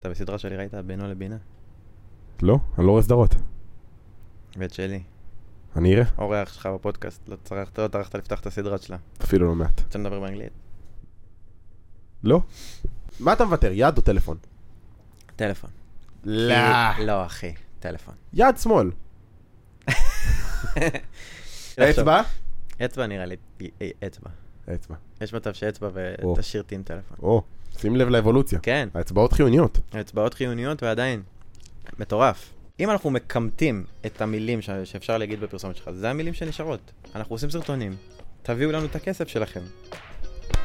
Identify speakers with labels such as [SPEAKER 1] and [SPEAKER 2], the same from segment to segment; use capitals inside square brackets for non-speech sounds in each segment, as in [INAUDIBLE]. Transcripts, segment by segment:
[SPEAKER 1] אתה בסדרה שלי ראית בינו לבינה?
[SPEAKER 2] לא, אני לא רואה סדרות.
[SPEAKER 1] ואת שלי.
[SPEAKER 2] אני אראה?
[SPEAKER 1] אורח שלך בפודקאסט, לא צרכת, לא טרחת לפתח את הסדרה שלה.
[SPEAKER 2] אפילו לא מעט.
[SPEAKER 1] רוצה לדבר באנגלית?
[SPEAKER 2] לא? מה אתה מוותר, יד או טלפון?
[SPEAKER 1] טלפון.
[SPEAKER 2] לא.
[SPEAKER 1] לא, אחי, טלפון.
[SPEAKER 2] יד שמאל. אצבע?
[SPEAKER 1] אצבע נראה לי, א- אצבע.
[SPEAKER 2] אצבע.
[SPEAKER 1] יש מצב שאצבע
[SPEAKER 2] או.
[SPEAKER 1] ותשאירתי עם טלפון.
[SPEAKER 2] או, שים לב לאבולוציה.
[SPEAKER 1] כן,
[SPEAKER 2] האצבעות חיוניות.
[SPEAKER 1] אצבעות חיוניות ועדיין, מטורף. אם אנחנו מקמטים את המילים ש- שאפשר להגיד בפרסומת שלך, זה המילים שנשארות. אנחנו עושים סרטונים, תביאו לנו את הכסף שלכם.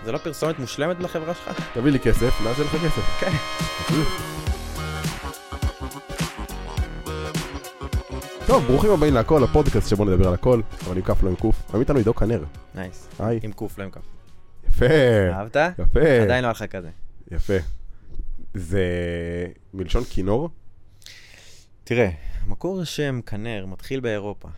[SPEAKER 1] זה לא פרסומת מושלמת לחברה שלך?
[SPEAKER 2] תביא לי כסף, נעשה לך כסף.
[SPEAKER 1] כן.
[SPEAKER 2] טוב, ברוכים הבאים להכל, הפודקאסט שבו נדבר על הכל, אבל עם כף לא עם קוף. היום איתנו עידו כנר.
[SPEAKER 1] [LAUGHS] נייס.
[SPEAKER 2] היי. כן.
[SPEAKER 1] עם קוף, לא עם כף.
[SPEAKER 2] יפה.
[SPEAKER 1] אהבת?
[SPEAKER 2] יפה.
[SPEAKER 1] עדיין לא היה לך כזה.
[SPEAKER 2] יפה. זה מלשון כינור?
[SPEAKER 1] תראה, מקור השם כנר מתחיל באירופה.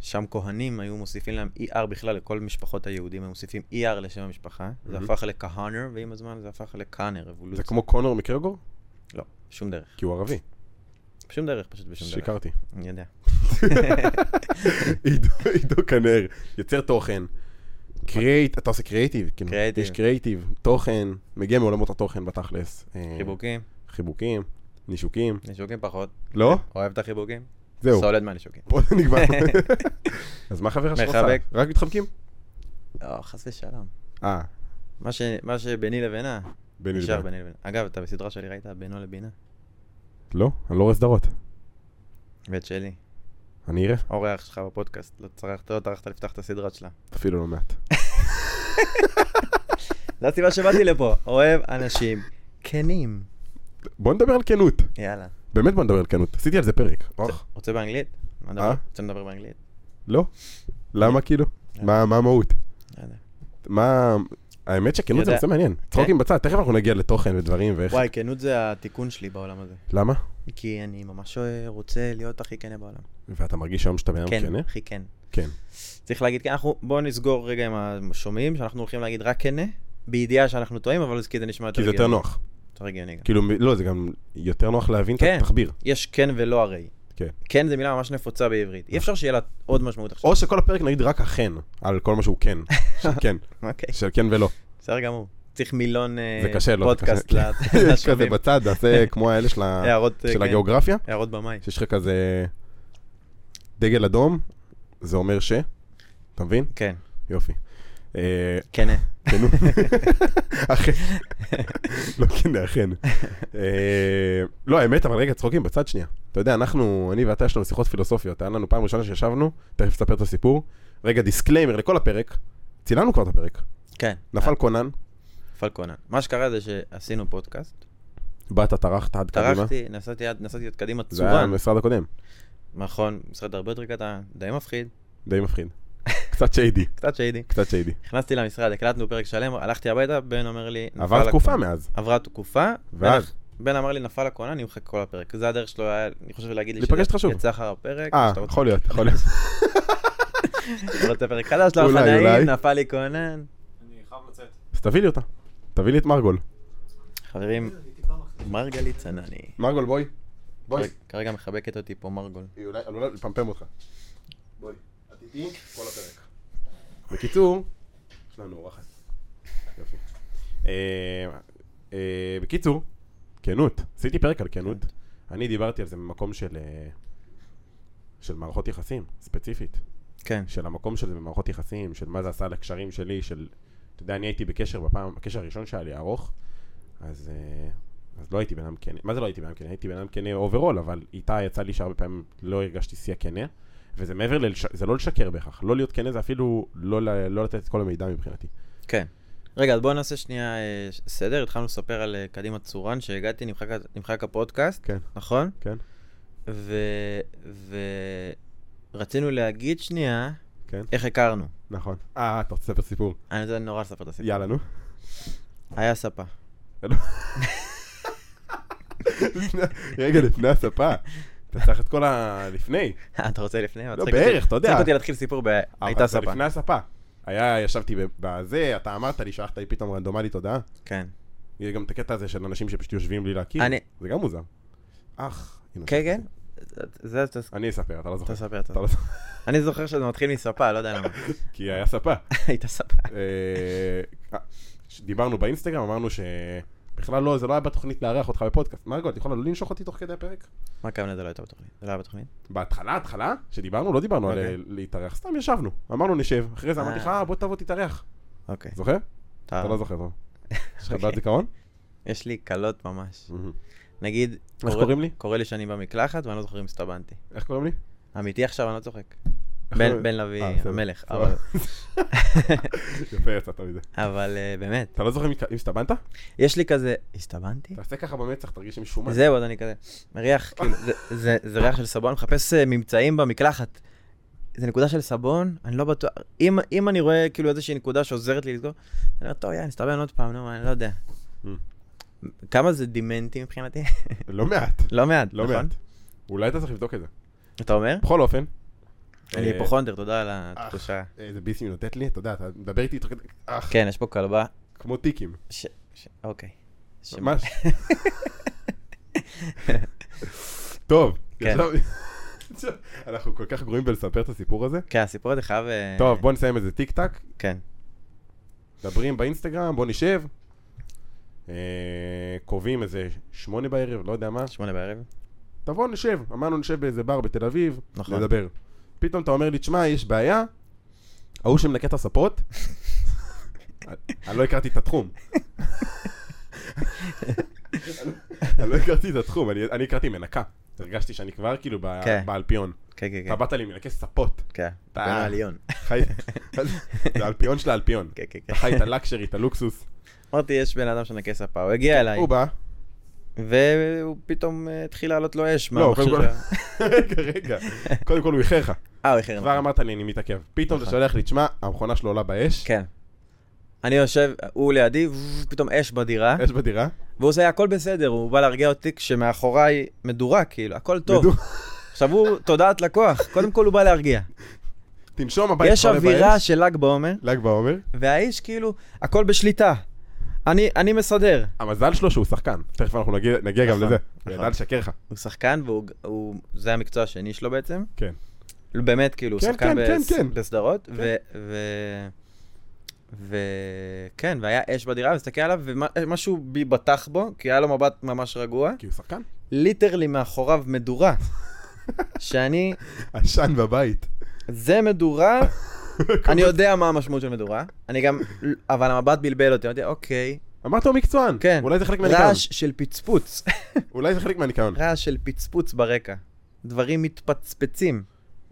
[SPEAKER 1] שם כהנים היו מוסיפים להם ER בכלל, לכל משפחות היהודים, היו מוסיפים ER לשם המשפחה. זה
[SPEAKER 2] Mhm.
[SPEAKER 1] הפך לכהנר, ועם הזמן זה הפך לכהנר,
[SPEAKER 2] זה
[SPEAKER 1] אבולוציה.
[SPEAKER 2] כמו קונור מקרגור?
[SPEAKER 1] לא, שום דרך.
[SPEAKER 2] כי הוא ערבי.
[SPEAKER 1] בשום דרך, פשוט בשום דרך.
[SPEAKER 2] שיקרתי.
[SPEAKER 1] אני יודע.
[SPEAKER 2] [LAUGHS] עידו עידו כנר, יוצר תוכן. קרייט, אתה עושה קרייטיב, כאילו,
[SPEAKER 1] Creative.
[SPEAKER 2] יש קרייטיב, תוכן, מגיע מעולמות התוכן בתכלס. אה,
[SPEAKER 1] חיבוקים,
[SPEAKER 2] חיבוקים, נישוקים.
[SPEAKER 1] נישוקים פחות.
[SPEAKER 2] לא?
[SPEAKER 1] אוהב את החיבוקים?
[SPEAKER 2] זהו, [LAUGHS]
[SPEAKER 1] סולד מהנישוקים.
[SPEAKER 2] פה זה נגמר.
[SPEAKER 1] [LAUGHS]
[SPEAKER 2] אז מה חברה שלך עושה?
[SPEAKER 1] מחבק.
[SPEAKER 2] רק מתחבקים?
[SPEAKER 1] לא, חס ושלום.
[SPEAKER 2] אה,
[SPEAKER 1] מה ש- מה שביני לבינה,
[SPEAKER 2] ביני
[SPEAKER 1] נשאר
[SPEAKER 2] לבין.
[SPEAKER 1] ביני לבינה. אגב, אתה בסדרה שלי ראית בינו לבינה?
[SPEAKER 2] לא, אני לא רואה סדרות.
[SPEAKER 1] ואת שלי.
[SPEAKER 2] אני אראה?
[SPEAKER 1] אורח שלך בפודקאסט, לא צרכת, לא טרחת לפתח את הסדרה שלה.
[SPEAKER 2] אפילו לא מעט.
[SPEAKER 1] זו הסיבה שבאתי לפה, אוהב אנשים כנים.
[SPEAKER 2] בוא נדבר על כנות.
[SPEAKER 1] יאללה.
[SPEAKER 2] באמת בוא נדבר על כנות. עשיתי על זה פרק. אוח.
[SPEAKER 1] רוצה באנגלית? מה נדבר?
[SPEAKER 2] אה?
[SPEAKER 1] רוצה לדבר באנגלית?
[SPEAKER 2] לא? למה כאילו? מה מה המהות?
[SPEAKER 1] לא יודע.
[SPEAKER 2] מה... האמת שכנות זה
[SPEAKER 1] יודע. כן.
[SPEAKER 2] נושא מעניין. צחוקים בצד, תכף אנחנו נגיע לתוכן ודברים ואיך...
[SPEAKER 1] וואי, כנות זה התיקון שלי בעולם הזה.
[SPEAKER 2] למה?
[SPEAKER 1] כי אני ממש רוצה להיות הכי כנה בעולם.
[SPEAKER 2] ואתה מרגיש היום שאתה בן אדם
[SPEAKER 1] כן,
[SPEAKER 2] כנה?
[SPEAKER 1] הכי כן.
[SPEAKER 2] כן.
[SPEAKER 1] צריך להגיד, כן, אנחנו, בואו נסגור רגע עם השומעים, שאנחנו הולכים להגיד רק כנה, בידיעה שאנחנו טועים, אבל זה כי זה נשמע יותר
[SPEAKER 2] כי זה
[SPEAKER 1] הגיוני.
[SPEAKER 2] יותר נוח.
[SPEAKER 1] יותר הגיוני גם.
[SPEAKER 2] כאילו, לא, זה גם יותר נוח להבין את
[SPEAKER 1] כן.
[SPEAKER 2] התחביר.
[SPEAKER 1] יש כן ולא הרי.
[SPEAKER 2] כן.
[SPEAKER 1] כן זו מילה ממש נפוצה בעברית. אי אפשר שיהיה לה עוד משמעות עכשיו.
[SPEAKER 2] או שכל הפרק נגיד רק אכן, על כל מה שהוא
[SPEAKER 1] [LAUGHS]
[SPEAKER 2] כן. של כן,
[SPEAKER 1] אוקיי,
[SPEAKER 2] של כן
[SPEAKER 1] [LAUGHS]
[SPEAKER 2] ולא.
[SPEAKER 1] בסדר גמור. צריך מילון אה,
[SPEAKER 2] זה קשה, לא? [LAUGHS] זה
[SPEAKER 1] פודקאסט
[SPEAKER 2] קשה.
[SPEAKER 1] ל-
[SPEAKER 2] יש כזה
[SPEAKER 1] לשומעים.
[SPEAKER 2] בצד,
[SPEAKER 1] [LAUGHS]
[SPEAKER 2] נעשה כמו האלה של ה-
[SPEAKER 1] הערות, אה,
[SPEAKER 2] של
[SPEAKER 1] כן,
[SPEAKER 2] הגיאוגרפיה,
[SPEAKER 1] הערות במאי.
[SPEAKER 2] שיש לך כזה דגל אדום, זה אומר ש... אתה מבין?
[SPEAKER 1] כן,
[SPEAKER 2] יופי. אה,
[SPEAKER 1] כן. אה.
[SPEAKER 2] כנו. אכן. [LAUGHS] לא כן, אכן. אה, לא, האמת, אבל רגע, צחוקים בצד שנייה. אתה יודע, אנחנו, אני ואתה, יש לנו שיחות פילוסופיות. היה לנו פעם ראשונה שישבנו, תכף נספר את הסיפור. רגע, דיסקליימר לכל הפרק. צילמנו כבר את הפרק.
[SPEAKER 1] כן.
[SPEAKER 2] נפל קונן,
[SPEAKER 1] נפל קונן. מה שקרה זה שעשינו פודקאסט,
[SPEAKER 2] באת, טרחת עד קדימה.
[SPEAKER 1] טרחתי, נסעתי עד נסעתי עד קדימה
[SPEAKER 2] זה היה
[SPEAKER 1] צורן,
[SPEAKER 2] המשרד הקודם,
[SPEAKER 1] נכון, משרד הרבה יותר קטן, די מפחיד, [LAUGHS]
[SPEAKER 2] די מפחיד. קצת שיידי,
[SPEAKER 1] קצת שיידי.
[SPEAKER 2] קצת שיידי.
[SPEAKER 1] נכנסתי למשרד, הקלטנו פרק שלם, הלכתי הביתה, בן אומר לי... נפל
[SPEAKER 2] עבר תקופה
[SPEAKER 1] הקונן.
[SPEAKER 2] מאז.
[SPEAKER 1] עברה תקופה, בן-
[SPEAKER 2] ואז?
[SPEAKER 1] בן אמר לי נפל הקונן, נמחק כל הפרק. זה הדרך שלו היה, אני חושב להגיד לי
[SPEAKER 2] להיפגש איתך שוב.
[SPEAKER 1] יצא אחר הפרק,
[SPEAKER 2] אה,
[SPEAKER 1] שאתה רוצה-
[SPEAKER 2] יכול להיות,
[SPEAKER 1] [LAUGHS]
[SPEAKER 2] יכול להיות.
[SPEAKER 1] אתה רוצה פרק חדש, לא
[SPEAKER 2] אולי,
[SPEAKER 1] חנאים,
[SPEAKER 2] אולי.
[SPEAKER 1] נפל לי קונן.
[SPEAKER 2] אז תביא לי אותה. תביא לי את מרגול.
[SPEAKER 1] חברים, מרגלית צנני.
[SPEAKER 2] מרגול, בואי. בואי.
[SPEAKER 1] כרגע- כרגע מחבקת אותי פה מרגול.
[SPEAKER 2] היא אולי עלולה לפמפם אותך. בואי, את איתי כל הפרק. בקיצור, יש לנו אורחת. יופי. אה, אה, בקיצור, כנות. עשיתי פרק על כנות.
[SPEAKER 1] כנות.
[SPEAKER 2] אני דיברתי על זה ממקום של... אה, של מערכות יחסים, ספציפית.
[SPEAKER 1] כן,
[SPEAKER 2] של המקום של זה במערכות יחסים, של מה זה עשה לקשרים שלי, של... אתה יודע, אני הייתי בקשר בפעם, הקשר הראשון שהיה לי ארוך, אז, אה, אז לא הייתי בן אדם כנה. מה זה לא הייתי בן אדם כנה? הייתי בן אדם כנה אוברול, אבל איתה יצא לי שהרבה פעמים לא הרגשתי שיא הכנה, וזה מעבר ל... זה לא לשקר בהכרח. לא להיות כנה זה אפילו לא, ל... לא לתת את כל המידע מבחינתי.
[SPEAKER 1] כן. רגע, אז בואו נעשה שנייה אה, ש- סדר. התחלנו לספר על אה, קדימה צורן, שהגעתי, נמחק ה- נמחק הפודקאסט,
[SPEAKER 2] כן.
[SPEAKER 1] נכון?
[SPEAKER 2] כן.
[SPEAKER 1] ורצינו להגיד שנייה
[SPEAKER 2] כן.
[SPEAKER 1] איך הכרנו.
[SPEAKER 2] נכון. אה, אתה רוצה לספר סיפור?
[SPEAKER 1] אני רוצה נורא לספר את הסיפור.
[SPEAKER 2] יאללה, נו.
[SPEAKER 1] היה ספה.
[SPEAKER 2] רגע, לפני הספה. אתה צריך את כל ה... לפני.
[SPEAKER 1] אה, אתה רוצה לפני?
[SPEAKER 2] לא, בערך, אתה יודע. אה,
[SPEAKER 1] צריך אותי להתחיל סיפור ב... הייתה
[SPEAKER 2] אבל
[SPEAKER 1] ספה.
[SPEAKER 2] לפני הספה. היה, ישבתי בזה, אתה אמרת לי, שלחת לי פתאום רנדומלית הודעה.
[SPEAKER 1] כן.
[SPEAKER 2] יהיה גם את הקטע הזה של אנשים שפשוט יושבים בלי להכיר.
[SPEAKER 1] אני-
[SPEAKER 2] זה גם מוזר. אח. הנה,
[SPEAKER 1] כן, כן. זה, זה-
[SPEAKER 2] אני אספר, אתה לא זוכר.
[SPEAKER 1] תספר, תספר.
[SPEAKER 2] אתה לא זוכר,
[SPEAKER 1] אני זוכר שזה מתחיל מספה, לא
[SPEAKER 2] [LAUGHS]
[SPEAKER 1] יודע למה.
[SPEAKER 2] כי היה ספה. [LAUGHS]
[SPEAKER 1] היית ספה.
[SPEAKER 2] אה, ש- דיברנו באינסטגרם, אמרנו שבכלל לא, זה לא היה בתוכנית לארח אותך בפודקאסט. מרגול, את יכולה לא לנשוך אותי תוך כדי הפרק?
[SPEAKER 1] מה הכוונה זה לא הייתה בתוכנית? זה לא היה בתוכנית?
[SPEAKER 2] בהתחלה, התחלה, שדיברנו, לא דיברנו על
[SPEAKER 1] אוקיי.
[SPEAKER 2] אה, להתארח, סתם ישבנו. אמרנו נשב, אחרי זה אמרתי לך,
[SPEAKER 1] אה.
[SPEAKER 2] "אה, בוא תבוא תתארח.
[SPEAKER 1] אוקיי.
[SPEAKER 2] זוכר?
[SPEAKER 1] אתה-
[SPEAKER 2] אתה לא
[SPEAKER 1] [LAUGHS]
[SPEAKER 2] זוכר, טוב. יש לך
[SPEAKER 1] אוקיי.
[SPEAKER 2] בעד זיכרון?
[SPEAKER 1] יש לי קלות ממש.
[SPEAKER 2] מהמם.
[SPEAKER 1] נגיד,
[SPEAKER 2] איך
[SPEAKER 1] קורה-
[SPEAKER 2] קוראים לי?
[SPEAKER 1] קורה לי שאני במקלחת ואני לא זוכר אם הסתבנתי.
[SPEAKER 2] איך קוראים לי?
[SPEAKER 1] אמיתי עכשיו, אני לא צוחק.
[SPEAKER 2] איך
[SPEAKER 1] בן-
[SPEAKER 2] קוראים-
[SPEAKER 1] בן
[SPEAKER 2] אה,
[SPEAKER 1] לביא,
[SPEAKER 2] בסדר.
[SPEAKER 1] המלך.
[SPEAKER 2] סבבה.
[SPEAKER 1] אבל-
[SPEAKER 2] יפה, יצאת מזה.
[SPEAKER 1] אבל אה, באמת,
[SPEAKER 2] אתה לא זוכר אם- אם הסתבנת?
[SPEAKER 1] יש לי כזה, הסתבנתי?
[SPEAKER 2] תעשה ככה במצח, תרגיש עם שומן.
[SPEAKER 1] זהו, אז אני כזה, ריח, כאילו, זה- זה- זה ריח של סבון, מחפש אה, ממצאים במקלחת. זה נקודה של סבון, אני לא בטוח, אם- אם אני רואה כאילו איזושהי נקודה שעוזרת לי לסגור, אני אומר, טוב, יאללה, נסתבן עוד פעם, נו, אני לא יודע.
[SPEAKER 2] Mm.
[SPEAKER 1] כמה זה דימנטי מבחינתי? [LAUGHS]
[SPEAKER 2] לא מעט,
[SPEAKER 1] לא מעט,
[SPEAKER 2] לא
[SPEAKER 1] נכון?
[SPEAKER 2] מעט. אולי אתה צריך לבדוק את זה.
[SPEAKER 1] אתה אומר?
[SPEAKER 2] בכל אופן.
[SPEAKER 1] אני
[SPEAKER 2] אה,
[SPEAKER 1] היפוכונדר, תודה על התחושה.
[SPEAKER 2] איזה ביסים היא נותנת לי, אתה יודע, אתה מדבר איתי תוך כדי- אח,
[SPEAKER 1] כן, יש פה כלבה.
[SPEAKER 2] כמו טיקים.
[SPEAKER 1] ש... ש... אוקיי. ש- [LAUGHS]
[SPEAKER 2] ממש. טוב,
[SPEAKER 1] כן.
[SPEAKER 2] ישב- [LAUGHS] אנחנו כל כך גרועים בלספר את הסיפור הזה.
[SPEAKER 1] כן, הסיפור הזה חייב... אה,
[SPEAKER 2] טוב, בוא נסיים את זה טיק טק,
[SPEAKER 1] כן.
[SPEAKER 2] מדברים באינסטגרם, בוא נשב. אה, קובעים איזה שמונה בערב, לא יודע מה.
[SPEAKER 1] שמונה בערב.
[SPEAKER 2] תבוא נשב, אמרנו נשב באיזה בר בתל אביב,
[SPEAKER 1] נכון.
[SPEAKER 2] נדבר. פתאום אתה אומר לי, תשמע, יש בעיה, ההוא שמנקה את הספות, [LAUGHS] אני לא הכרתי את התחום. אני לא הכרתי את התחום, אני- אני הכרתי מנקה. הרגשתי שאני כבר כאילו ב-
[SPEAKER 1] כן.
[SPEAKER 2] באלפיון.
[SPEAKER 1] כן, כן,
[SPEAKER 2] אתה
[SPEAKER 1] כן.
[SPEAKER 2] באת לי מנקה ספות.
[SPEAKER 1] כן.
[SPEAKER 2] אתה-
[SPEAKER 1] בן עליון. [LAUGHS]
[SPEAKER 2] חי- [LAUGHS] זה האלפיון של האלפיון.
[SPEAKER 1] כן, כן, כן.
[SPEAKER 2] אתה חי את הלקשרי, את הלוקסוס.
[SPEAKER 1] אמרתי, יש בן אדם שנקה ספה, הוא הגיע אליי,
[SPEAKER 2] הוא בא. [LAUGHS]
[SPEAKER 1] והוא פתאום אה, התחיל לעלות לו אש. מה,
[SPEAKER 2] לא,
[SPEAKER 1] המכשיר
[SPEAKER 2] קודם כל-
[SPEAKER 1] שלה?
[SPEAKER 2] רגע, רגע. קודם כל הוא איחר לך.
[SPEAKER 1] אה, הוא איחר.
[SPEAKER 2] כבר
[SPEAKER 1] נכון.
[SPEAKER 2] אמרת לי, אני מתעכב. פתאום אתה
[SPEAKER 1] נכון.
[SPEAKER 2] שולח לי, תשמע, המכונה שלו עולה באש.
[SPEAKER 1] כן. אני יושב, הוא לידי, ו- פתאום אש בדירה,
[SPEAKER 2] יש בדירה?
[SPEAKER 1] והוא עושה הכל בסדר, הוא בא להרגיע אותי כשמאחוריי מדורה, כאילו, הכל טוב.
[SPEAKER 2] בדיוק.
[SPEAKER 1] עכשיו הוא תודעת לקוח, קודם כל הוא בא להרגיע.
[SPEAKER 2] תנשום הבית
[SPEAKER 1] יש
[SPEAKER 2] שלך עולה
[SPEAKER 1] אווירה
[SPEAKER 2] באש.
[SPEAKER 1] של ל"ג בעומר,
[SPEAKER 2] ל"ג בעומר.
[SPEAKER 1] והאיש כאילו, הכל בשליטה. אני, אני מסדר.
[SPEAKER 2] המזל שלו שהוא שחקן. תכף אנחנו נגיע- נגיע גם
[SPEAKER 1] נכון,
[SPEAKER 2] לזה. הוא
[SPEAKER 1] נכון.
[SPEAKER 2] ידע לשקר לך.
[SPEAKER 1] הוא שחקן, והוא, הוא, זה המקצוע השני שלו בעצם.
[SPEAKER 2] כן.
[SPEAKER 1] לא, באמת, כאילו, הוא
[SPEAKER 2] כן,
[SPEAKER 1] שחקן
[SPEAKER 2] כן,
[SPEAKER 1] בס-
[SPEAKER 2] כן, כן.
[SPEAKER 1] בסדרות, ו... ו- ו- כן, והיה אש בדירה, ואני מסתכל עליו, ומשהו בי בטח בו, כי היה לו מבט ממש רגוע.
[SPEAKER 2] כי הוא שחקן?
[SPEAKER 1] ליטרלי מאחוריו [LAUGHS] מדורה. שאני,
[SPEAKER 2] עשן בבית.
[SPEAKER 1] זה [LAUGHS] מדורה, אני יודע מה המשמעות של מדורה, אני גם, אבל המבט בלבל אותי, אמרתי, אוקיי,
[SPEAKER 2] אמרת הוא מקצוען.
[SPEAKER 1] כן.
[SPEAKER 2] אולי זה חלק מהניקיון.
[SPEAKER 1] רעש של פצפוץ,
[SPEAKER 2] אולי זה חלק מהניקיון.
[SPEAKER 1] רעש של פצפוץ ברקע. דברים מתפצפצים.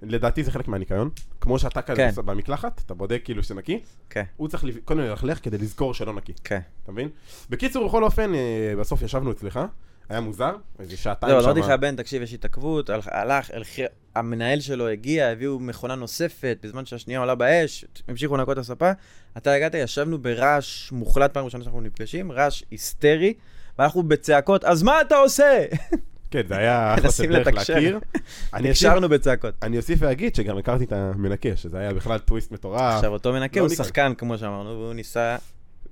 [SPEAKER 2] לדעתי זה חלק מהניקיון. כמו שאתה כזה
[SPEAKER 1] כן.
[SPEAKER 2] עושה במקלחת, אתה בודק כאילו שנקי.
[SPEAKER 1] כן,
[SPEAKER 2] הוא צריך לב- קודם ללכלך כדי לזכור שלא נקי.
[SPEAKER 1] כן.
[SPEAKER 2] אתה מבין? בקיצור, בכל אופן, אה, בסוף ישבנו אצלך. היה מוזר. איזה שעתיים
[SPEAKER 1] זהו, אמרתי לך,
[SPEAKER 2] שמה.
[SPEAKER 1] לא, בן, תקשיב, יש התעכבות, הלך- הלך, הלכי- המנהל שלו הגיע, הביאו מכונה נוספת, בזמן שהשנייה עולה באש, המשיכו לנקות את הספה. אתה הגעת, ישבנו ברעש מוחלט, פעם ראשונה שאנחנו נפגשים, רעש היסטרי, ואנחנו בצעקות, אז מה אתה עושה?
[SPEAKER 2] כן, זה
[SPEAKER 1] [LAUGHS]
[SPEAKER 2] היה אחלה של
[SPEAKER 1] מנסים
[SPEAKER 2] דרך
[SPEAKER 1] לתקשר.
[SPEAKER 2] להכיר. אני אוסיף-
[SPEAKER 1] נקשרנו בצעקות.
[SPEAKER 2] אני אוסיף ואגיד שגם הכרתי את המנקה, שזה היה בכלל טוויסט מטורף.
[SPEAKER 1] עכשיו, אותו מנקה
[SPEAKER 2] לא
[SPEAKER 1] הוא
[SPEAKER 2] נקרא. לא
[SPEAKER 1] שחקן, כמו שאמרנו, והוא ניסה,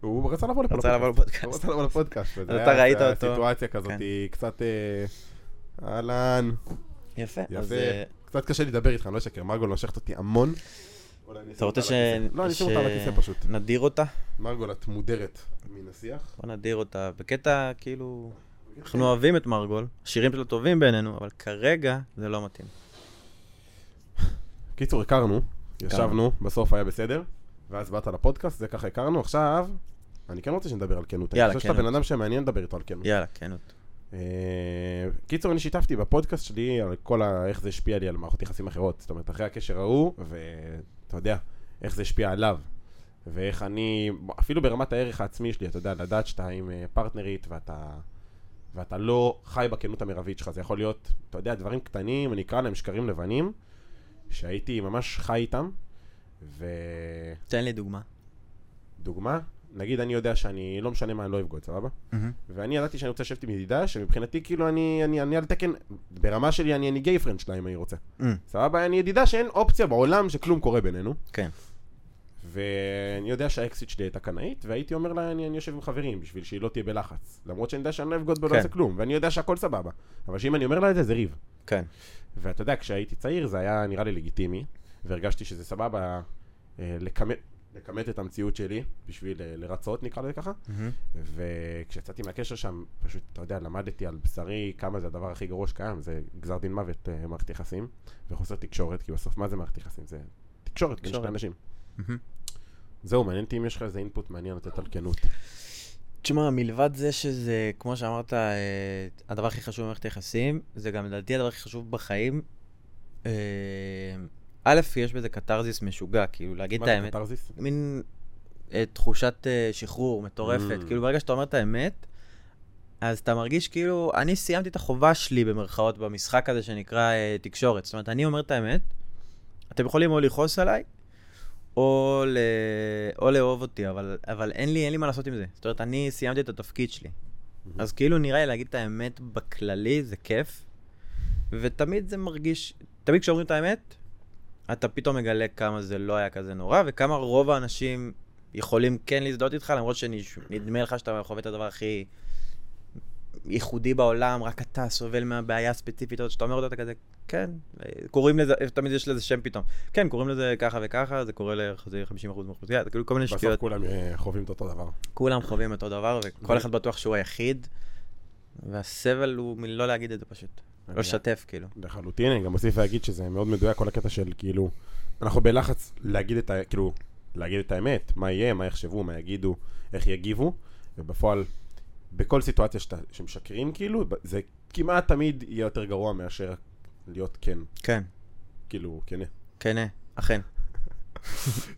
[SPEAKER 2] הוא רצה לבוא לפה
[SPEAKER 1] רצה לבוא
[SPEAKER 2] הוא
[SPEAKER 1] לפודקאסט.
[SPEAKER 2] רצה לבוא לפודקאסט. וזה
[SPEAKER 1] אתה
[SPEAKER 2] היה-
[SPEAKER 1] ראית
[SPEAKER 2] זה היה
[SPEAKER 1] אותו.
[SPEAKER 2] סיטואציה כזאת,
[SPEAKER 1] כן.
[SPEAKER 2] היא קצת... אה, אהלן,
[SPEAKER 1] יפה, אז...
[SPEAKER 2] יפה.
[SPEAKER 1] אה,
[SPEAKER 2] קצת קשה לדבר איתך, אני לא אשקר, מרגול נושכת אותי המון. אולי אני אשים
[SPEAKER 1] אתה רוצה
[SPEAKER 2] אותה
[SPEAKER 1] ש...
[SPEAKER 2] על הכיסא. לא, אני אשים אותה על הכיסא פשוט.
[SPEAKER 1] נדיר אותה?
[SPEAKER 2] מרגול, את מודרת מן השיח.
[SPEAKER 1] בוא נדיר אותה. בקטע, כאילו...
[SPEAKER 2] אוקיי.
[SPEAKER 1] אנחנו אוהבים את מרגול, השירים שלו טובים בעינינו, אבל כרגע זה לא מתאים.
[SPEAKER 2] קיצור, הכרנו, ישבנו, בסוף היה בסדר, ואז באת לפודקאסט, זה ככה הכרנו. עכשיו, אני כן רוצה שנדבר על כנות.
[SPEAKER 1] יאללה, כן,
[SPEAKER 2] אני חושב שאתה
[SPEAKER 1] כנות.
[SPEAKER 2] בן אדם שמעניין לדבר איתו על כנות.
[SPEAKER 1] יאללה, כנות.
[SPEAKER 2] אה, קיצור, אני שיתפתי בפודקאסט שלי על כל ה... איך זה השפיע לי על מערכות יחסים אחרות. זאת אומרת, אחרי הקשר ההוא, ואתה יודע, איך זה השפיע עליו. ואיך אני, אפילו ברמת הערך העצמי שלי, אתה יודע, לדעת שאתה עם אה, פרטנרית ואתה, ואתה לא חי בכנות המרבית שלך. זה יכול להיות, אתה יודע, דברים קטנים, אני אקרא להם שקרים לבנים, שהייתי ממש חי איתם. ודוגמה,
[SPEAKER 1] תן לי דוגמה.
[SPEAKER 2] נגיד אני יודע שאני, לא משנה מה, אני לא אבגוד, סבבה? ואני ידעתי שאני רוצה לשבת עם ידידה, שמבחינתי כאילו אני, אני, אני על תקן, ברמה שלי אני, אני גיי פרנד שלה אם אני רוצה.
[SPEAKER 1] Mm,
[SPEAKER 2] סבבה, אני ידידה שאין אופציה בעולם שכלום קורה בינינו.
[SPEAKER 1] כן.
[SPEAKER 2] ואני יודע שהאקסיט שלי הייתה קנאית, והייתי אומר לה, אני, אני יושב עם חברים בשביל שהיא לא תהיה בלחץ. למרות שאני יודע שאני לא אבגוד בו, לא
[SPEAKER 1] כן.
[SPEAKER 2] אעשה כלום, ואני יודע שהכל סבבה. אבל שאם אני אומר לה את זה, זה ריב.
[SPEAKER 1] כן.
[SPEAKER 2] ואתה יודע, כשהייתי צעיר זה היה נראה לי לגיטימי, והרגשתי שזה סבבה אה, לכמת, לכמת את המציאות שלי, בשביל אה, לרצות נקרא לזה ככה. וכשיצאתי מהקשר שם, פשוט, אתה יודע, למדתי על בשרי כמה זה הדבר הכי גרוע שקיים, זה גזר דין מוות אה, מערכת יחסים, וחוסר תקשורת, כי בסוף מה זה מערכת יחסים? זה תקשורת בין שני
[SPEAKER 1] תקשורת.
[SPEAKER 2] אנשים. זהו, מעניין אותי אם יש לך איזה אינפוט מעניין לתת על כנות.
[SPEAKER 1] תשמע, מלבד זה שזה, כמו שאמרת, אה, הדבר הכי חשוב במערכת היחסים, זה גם לדעתי הדבר הכי חשוב בחיים. אה, א', יש בזה קתרזיס משוגע, כאילו, להגיד
[SPEAKER 2] מה
[SPEAKER 1] את
[SPEAKER 2] זה
[SPEAKER 1] האמת.
[SPEAKER 2] קתרזיס?
[SPEAKER 1] מין אה, תחושת אה, שחרור מטורפת.
[SPEAKER 2] Mm.
[SPEAKER 1] כאילו, ברגע שאתה אומר את האמת, אז אתה מרגיש כאילו, אני סיימתי את החובה שלי, במרכאות, במשחק הזה שנקרא אה, תקשורת. זאת אומרת, אני אומר את האמת, אתם יכולים או לכעוס עליי, או, ל... או לאהוב אותי, אבל, אבל אין, לי, אין לי מה לעשות עם זה. זאת אומרת, אני סיימתי את התפקיד שלי.
[SPEAKER 2] Mhm.
[SPEAKER 1] אז כאילו, נראה לי להגיד את האמת בכללי, זה כיף, ותמיד זה מרגיש, תמיד כשאומרים את האמת, אתה פתאום מגלה כמה זה לא היה כזה נורא, וכמה רוב האנשים יכולים כן להזדהות איתך, למרות שנדמה לך שאתה חווה את הדבר הכי ייחודי בעולם, רק אתה סובל מהבעיה הספציפית הזאת שאתה אומר אותה, אתה כזה, כן, אה, קוראים לזה, תמיד יש לזה שם פתאום. כן, קוראים לזה ככה וככה, זה קורה ל-50% מהאוכלוסייה, זה כאילו כל מיני
[SPEAKER 2] בסוף
[SPEAKER 1] שטויות.
[SPEAKER 2] כולם אה, חווים את אותו דבר.
[SPEAKER 1] כולם חווים אותו דבר,
[SPEAKER 2] ו-
[SPEAKER 1] וכל אחד בטוח שהוא היחיד, והסבל הוא מלא להגיד את זה פשוט. לא לשתף, כאילו.
[SPEAKER 2] לחלוטין, אני גם אוסיף להגיד שזה מאוד מדויק כל הקטע של כאילו, אנחנו בלחץ להגיד את, ה... כאילו, להגיד את האמת, מה יהיה, מה יחשבו, מה יגידו, איך יגיבו, ובפועל, בכל סיטואציה שאתה, שמשקרים כאילו, ב- זה כמעט תמיד יהיה יותר גרוע מאשר להיות כן,
[SPEAKER 1] כן,
[SPEAKER 2] כאילו, כן,
[SPEAKER 1] כן, אה, אכן.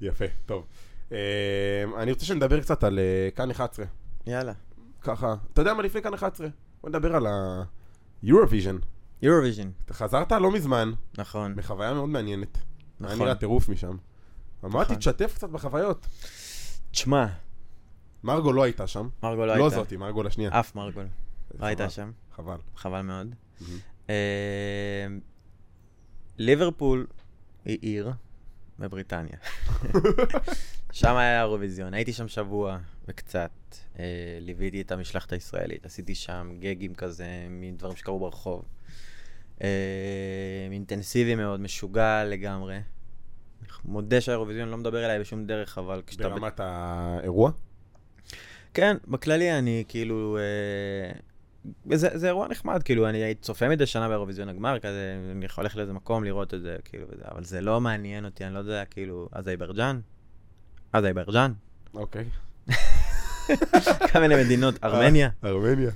[SPEAKER 2] יפה, טוב. אה, אני רוצה שנדבר קצת על אה, כאן 11,
[SPEAKER 1] יאללה.
[SPEAKER 2] ככה, אתה יודע מה לפני כאן 11? בוא נדבר על ה-Eurovision.
[SPEAKER 1] יורוויז'ן,
[SPEAKER 2] אתה חזרת לא מזמן,
[SPEAKER 1] נכון,
[SPEAKER 2] בחוויה מאוד מעניינת. היה
[SPEAKER 1] נכון.
[SPEAKER 2] נראה טירוף משם. אמרתי,
[SPEAKER 1] נכון.
[SPEAKER 2] תשתף קצת בחוויות.
[SPEAKER 1] תשמע,
[SPEAKER 2] מרגו לא הייתה שם.
[SPEAKER 1] מרגול לא הייתה.
[SPEAKER 2] לא זאתי, מרגו לשנייה.
[SPEAKER 1] אף מרגול. לא
[SPEAKER 2] חבל,
[SPEAKER 1] הייתה שם,
[SPEAKER 2] חבל.
[SPEAKER 1] חבל מאוד.
[SPEAKER 2] מהמם.
[SPEAKER 1] אה, ליברפול היא עיר בבריטניה. שם היה האירוויזיון, הייתי שם שבוע וקצת. אה, ליוויתי את המשלחת הישראלית, עשיתי שם גגים כזה מדברים שקרו ברחוב. אה, אינטנסיבי מאוד, משוגע לגמרי. מודה שהאירוויזיון לא מדבר אליי בשום דרך, אבל כשאתה... בת-
[SPEAKER 2] ברמת האירוע?
[SPEAKER 1] כן, בכללי אני כאילו... אה, זה, זה אירוע נחמד, כאילו, אני הייתי צופה מדי שנה באירוויזיון הגמר, כזה, אני הולך לאיזה מקום לראות את זה, כאילו, וזה, אבל זה לא מעניין אותי, אני לא יודע, כאילו, אזייברג'אן? אזייברג'אן? [LAUGHS]
[SPEAKER 2] אוקיי.
[SPEAKER 1] כל מיני מדינות,
[SPEAKER 2] אה.
[SPEAKER 1] ארמניה,
[SPEAKER 2] ארמניה.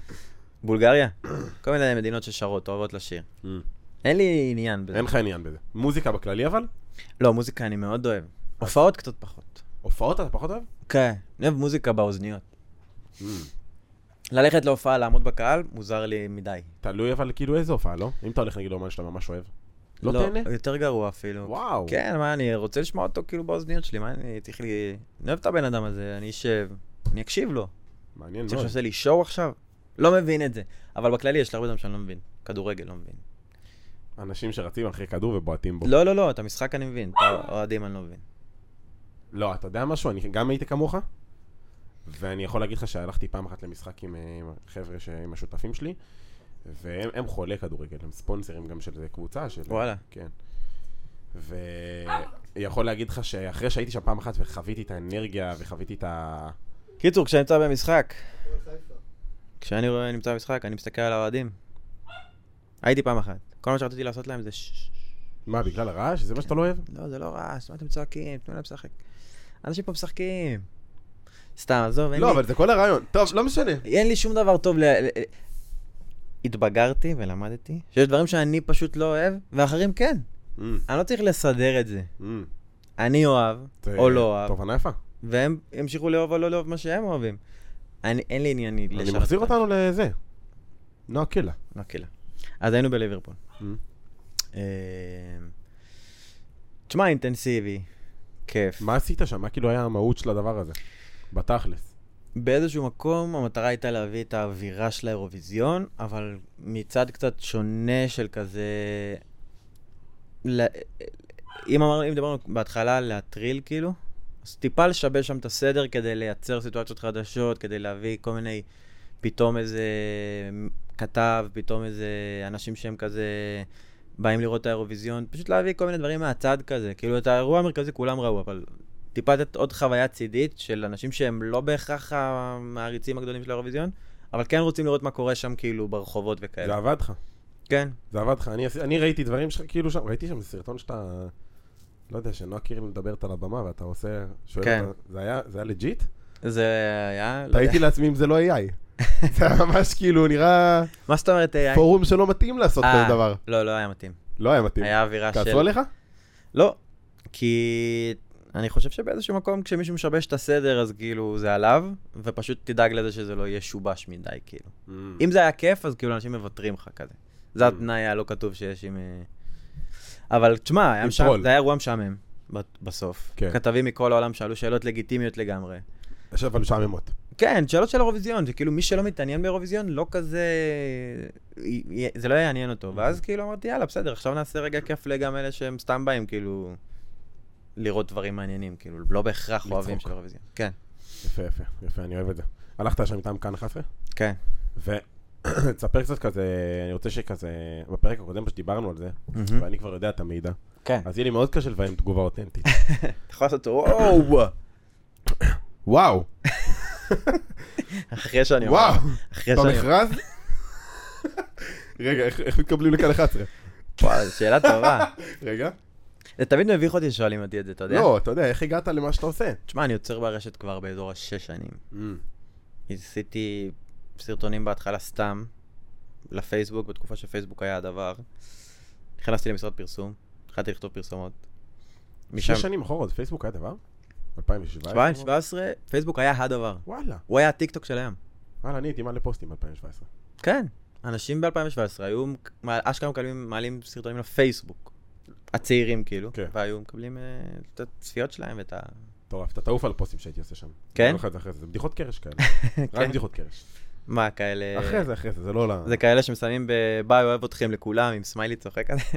[SPEAKER 1] בולגריה, כל מיני מדינות ששרות, אוהבות לשיר. אין לי עניין בזה.
[SPEAKER 2] Mm. אין לך עניין בזה. מוזיקה בכללי אבל?
[SPEAKER 1] לא, מוזיקה אני מאוד אוהב. הופעות קצת פחות.
[SPEAKER 2] הופעות אתה פחות אוהב?
[SPEAKER 1] כן, אני אוהב מוזיקה באוזניות.
[SPEAKER 2] Mm.
[SPEAKER 1] ללכת להופעה, לעמוד בקהל, מוזר לי מדי.
[SPEAKER 2] תלוי אבל כאילו איזה הופעה, לא? אם אתה הולך נגיד לאומן שאתה ממש אוהב. לא תהנה?
[SPEAKER 1] יותר גרוע אפילו.
[SPEAKER 2] וואו.
[SPEAKER 1] כן, מה, אני רוצה לשמוע אותו כאילו באוזניות שלי, מה אני צריך לי... אני אוהב את הבן אדם הזה, אני אשב, אני אקשיב לו.
[SPEAKER 2] נכון. מעניין
[SPEAKER 1] צריך
[SPEAKER 2] מאוד.
[SPEAKER 1] שעושה לי שואו עכשיו? לא מבין את זה. אבל בכללי יש לי הרבה דברים שאני לא מבין. כדורגל לא מבין.
[SPEAKER 2] אנשים שרצים אחרי כדור ובועטים בו.
[SPEAKER 1] לא, לא, לא, את המשחק אני מבין, את האוהדים אני לא מבין.
[SPEAKER 2] לא, אתה יודע משהו? אני גם הייתי כמוך, ואני יכול להגיד לך שהלכתי פעם אחת למשחק עם, אה, עם חבר'ה, ש- עם השותפים שלי, והם הם חולי כדורגל, הם ספונסרים גם של איזה קבוצה. של...
[SPEAKER 1] וואלה.
[SPEAKER 2] כן. ויכול להגיד לך שאחרי שהייתי שם פעם אחת וחוויתי את האנרגיה וחוויתי את ה...
[SPEAKER 1] קיצור, כשאני נמצא במשחק, כשאני רואה- נמצא במשחק, אני מסתכל על האוהדים. הייתי פעם אחת. כל מה שרציתי לעשות להם זה ששש.
[SPEAKER 2] מה, בגלל הרעש? זה מה שאתה לא אוהב?
[SPEAKER 1] לא, זה לא רעש, מה אתם צועקים? תנו להם לשחק. אנשים פה משחקים. סתם, עזוב, אין לי...
[SPEAKER 2] לא, אבל זה כל הרעיון. טוב, לא משנה.
[SPEAKER 1] אין לי שום דבר טוב ל... ל- התבגרתי ולמדתי שיש דברים שאני פשוט לא אוהב, ואחרים כן.
[SPEAKER 2] Mm,
[SPEAKER 1] אני לא צריך לסדר את זה.
[SPEAKER 2] mm.
[SPEAKER 1] אני אוהב,
[SPEAKER 2] זה
[SPEAKER 1] או לא אוהב,
[SPEAKER 2] תובנה יפה.
[SPEAKER 1] והם ימשיכו לאהוב או לא לאהוב מה שהם אוהבים. אני, אין לי עניין לשרת.
[SPEAKER 2] אני מחזיר אותנו לזה. נועה קילה.
[SPEAKER 1] לא, כאילו. אז היינו בליברפול.
[SPEAKER 2] Mm.
[SPEAKER 1] אה, תשמע, אינטנסיבי, כיף.
[SPEAKER 2] מה עשית שם? מה כאילו היה המהות של הדבר הזה? בתכלס.
[SPEAKER 1] באיזשהו מקום המטרה הייתה להביא את האווירה של האירוויזיון, אבל מצד קצת שונה של כזה... ל... אם אמרנו, אם דיברנו בהתחלה להטריל כאילו, אז טיפה לשבש שם את הסדר כדי לייצר סיטואציות חדשות, כדי להביא כל מיני, פתאום איזה כתב, פתאום איזה אנשים שהם כזה באים לראות את האירוויזיון, פשוט להביא כל מיני דברים מהצד כזה. כאילו את האירוע המרכזי כולם ראו, אבל טיפה לתת עוד חוויה צידית של אנשים שהם לא בהכרח המעריצים הגדולים של האירוויזיון, אבל כן רוצים לראות מה קורה שם כאילו ברחובות
[SPEAKER 2] זה
[SPEAKER 1] וכאלה.
[SPEAKER 2] עבד לך.
[SPEAKER 1] כן.
[SPEAKER 2] זה עבד לך. אני, עשי- אני ראיתי דברים שלך, כאילו שם, ראיתי שם סרטון שאתה, לא יודע, שנועה קירל מדברת על הבמה ואתה עושה, שואל
[SPEAKER 1] כן.
[SPEAKER 2] אותה, זה היה, זה היה לג'יט?
[SPEAKER 1] זה היה... לא יודע.
[SPEAKER 2] ראיתי לעצמי אם זה לא AI.
[SPEAKER 1] [LAUGHS]
[SPEAKER 2] זה היה ממש כאילו נראה
[SPEAKER 1] מה זאת אומרת AI?
[SPEAKER 2] פורום שלא מתאים לעשות
[SPEAKER 1] אה,
[SPEAKER 2] כזה דבר.
[SPEAKER 1] לא, לא היה מתאים.
[SPEAKER 2] לא היה מתאים.
[SPEAKER 1] היה אווירה של...
[SPEAKER 2] כעסו עליך?
[SPEAKER 1] לא, כי אני חושב שבאיזשהו מקום כשמישהו משבש את הסדר אז כאילו זה עליו, ופשוט תדאג לזה שזה לא יהיה שובש מדי כאילו. אם זה היה כיף אז כאילו אנשים מוותרים לך כזה. זה
[SPEAKER 2] Mm.
[SPEAKER 1] התנאי הלא כתוב שיש עם... אה, אבל תשמע, היה
[SPEAKER 2] עם
[SPEAKER 1] משעמם-
[SPEAKER 2] טרול.
[SPEAKER 1] זה היה אירוע משעמם בת- בסוף.
[SPEAKER 2] כן.
[SPEAKER 1] כתבים מכל העולם שאלו שאלות לגיטימיות לגמרי.
[SPEAKER 2] עכשיו אבל משעממות.
[SPEAKER 1] כן, שאלות של אירוויזיון, זה כאילו מי שלא מתעניין באירוויזיון לא כזה... י- י- זה לא יעניין
[SPEAKER 2] Mm-hmm.
[SPEAKER 1] אותו. ואז כאילו אמרתי, יאללה, בסדר, עכשיו נעשה רגע כיף לגם אלה שהם סתם באים, כאילו, לראות דברים מעניינים, כאילו, לא בהכרח
[SPEAKER 2] לצחוק.
[SPEAKER 1] אוהבים של אירוויזיון. כן,
[SPEAKER 2] יפה, יפה, יפה, אני אוהב את זה. הלכת שם איתם כאן 11?
[SPEAKER 1] כן.
[SPEAKER 2] [COUGHS] ותספר קצת כזה, אני רוצה שכזה, בפרק הקודם שדיברנו על זה,
[SPEAKER 1] מהמם.
[SPEAKER 2] ואני כבר יודע את המידע,
[SPEAKER 1] כן.
[SPEAKER 2] אז יהיה לי מאוד קשה לביים תגובה
[SPEAKER 1] [LAUGHS]
[SPEAKER 2] אותנטית.
[SPEAKER 1] אתה יכול לעשות, וואו, [LAUGHS]
[SPEAKER 2] וואו,
[SPEAKER 1] אחרי שאני אומר.
[SPEAKER 2] וואו,
[SPEAKER 1] אחרי שאני אומר.
[SPEAKER 2] במכרז? [LAUGHS] רגע, איך- איך מתקבלים לכאן 11?
[SPEAKER 1] וואו, זו שאלה טובה.
[SPEAKER 2] רגע.
[SPEAKER 1] זה תמיד מביך אותי ששואלים אותי את זה, אתה יודע?
[SPEAKER 2] לא, אתה יודע, איך הגעת למה שאתה עושה?
[SPEAKER 1] תשמע, אני יוצר ברשת כבר באזור השש שנים. עשיתי סרטונים בהתחלה סתם, לפייסבוק, בתקופה שפייסבוק היה הדבר. נכנסתי למשרד פרסום, התחלתי לכתוב פרסומות. משם,
[SPEAKER 2] שש שנים אה? אחורה, עוד פייסבוק היה דבר? 2017?
[SPEAKER 1] 2017, פייסבוק היה הדבר.
[SPEAKER 2] וואלה,
[SPEAKER 1] הוא היה הטיקטוק של הים.
[SPEAKER 2] וואלה, אני הייתי מעלה פוסטים ב-2017.
[SPEAKER 1] כן, אנשים ב-2017 היו, מק- מע- אשכרה מקבלים, מעלים סרטונים לפייסבוק. הצעירים כאילו,
[SPEAKER 2] כן.
[SPEAKER 1] והיו מקבלים אה, את הצפיות שלהם ואת ה...
[SPEAKER 2] מטורף, אתה תעוף על פוסטים שהייתי עושה שם.
[SPEAKER 1] כן?
[SPEAKER 2] אני אומר לך את זה אחרי זה, זה בדיחות קרש כאלה. רק
[SPEAKER 1] [LAUGHS] כן.
[SPEAKER 2] בדיחות קרש.
[SPEAKER 1] מה, כאלה...
[SPEAKER 2] אחרי זה, אחרי זה, זה לא ל...
[SPEAKER 1] זה כאלה שמסיימים בביי אוהב אתכם לכולם, עם סמיילי צוחק כזה. [LAUGHS]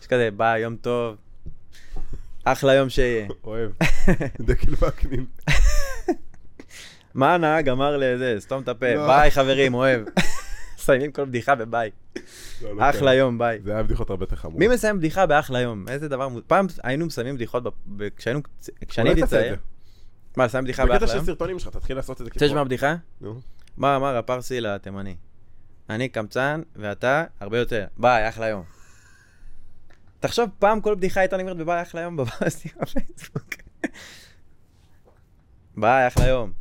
[SPEAKER 1] יש כזה ביי, יום טוב, אחלה יום שיהיה. [LAUGHS]
[SPEAKER 2] אוהב. דקל וקנין.
[SPEAKER 1] מה הנהג אמר לזה, סתום את הפה,
[SPEAKER 2] לא.
[SPEAKER 1] ביי חברים, אוהב. [LAUGHS] מסיימים כל בדיחה בביי,
[SPEAKER 2] לא, לא
[SPEAKER 1] אחלה
[SPEAKER 2] כאלה.
[SPEAKER 1] יום, ביי.
[SPEAKER 2] זה היה בדיחות הרבה יותר חמורות.
[SPEAKER 1] מי מסיים בדיחה באחלה יום? איזה דבר מוז... פעם היינו מסיימים בדיחות, ב- ב- כשהיינו... כשאני הייתי
[SPEAKER 2] אולי תעשה את
[SPEAKER 1] צעיר.
[SPEAKER 2] זה.
[SPEAKER 1] מה, לסיים בדיחה
[SPEAKER 2] בקטע
[SPEAKER 1] באחלה יום?
[SPEAKER 2] של סרטונים שלך, תתחיל לעשות את זה.
[SPEAKER 1] רוצה לשמוע בדיחה?
[SPEAKER 2] נו.
[SPEAKER 1] מה אמר הפרסי לתימני? אני קמצן, ואתה הרבה יותר. ביי, אחלה יום. תחשוב, פעם כל בדיחה הייתה נגמרת בביי, אחלה יום, בבאסי [LAUGHS] בפייסבוק. ביי, אחלה יום.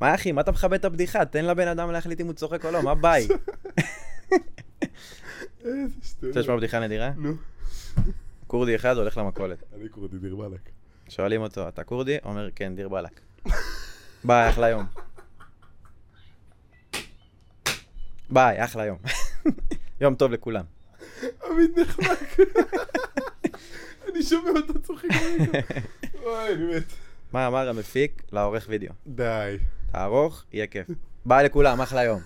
[SPEAKER 1] מה אחי, מה אתה מכבד את הבדיחה? תן לבן אדם להחליט אם הוא צוחק או לא, מה ביי?
[SPEAKER 2] איזה שטויות.
[SPEAKER 1] רוצה לשמוע בדיחה נדירה?
[SPEAKER 2] נו.
[SPEAKER 1] כורדי אחד הולך למכולת.
[SPEAKER 2] אני קורדי דיר באלק.
[SPEAKER 1] שואלים אותו, אתה כורדי? אומר, כן, דיר באלק. ביי, אחלה יום. ביי, אחלה יום. [LAUGHS] יום טוב לכולם.
[SPEAKER 2] עמית נחמק. אני שומע אותו צוחק ברקע. אוי, אני מת.
[SPEAKER 1] מה אמר המפיק לעורך וידאו?
[SPEAKER 2] די.
[SPEAKER 1] תערוך, יהיה כיף. ביי לכולם, אחלה יום.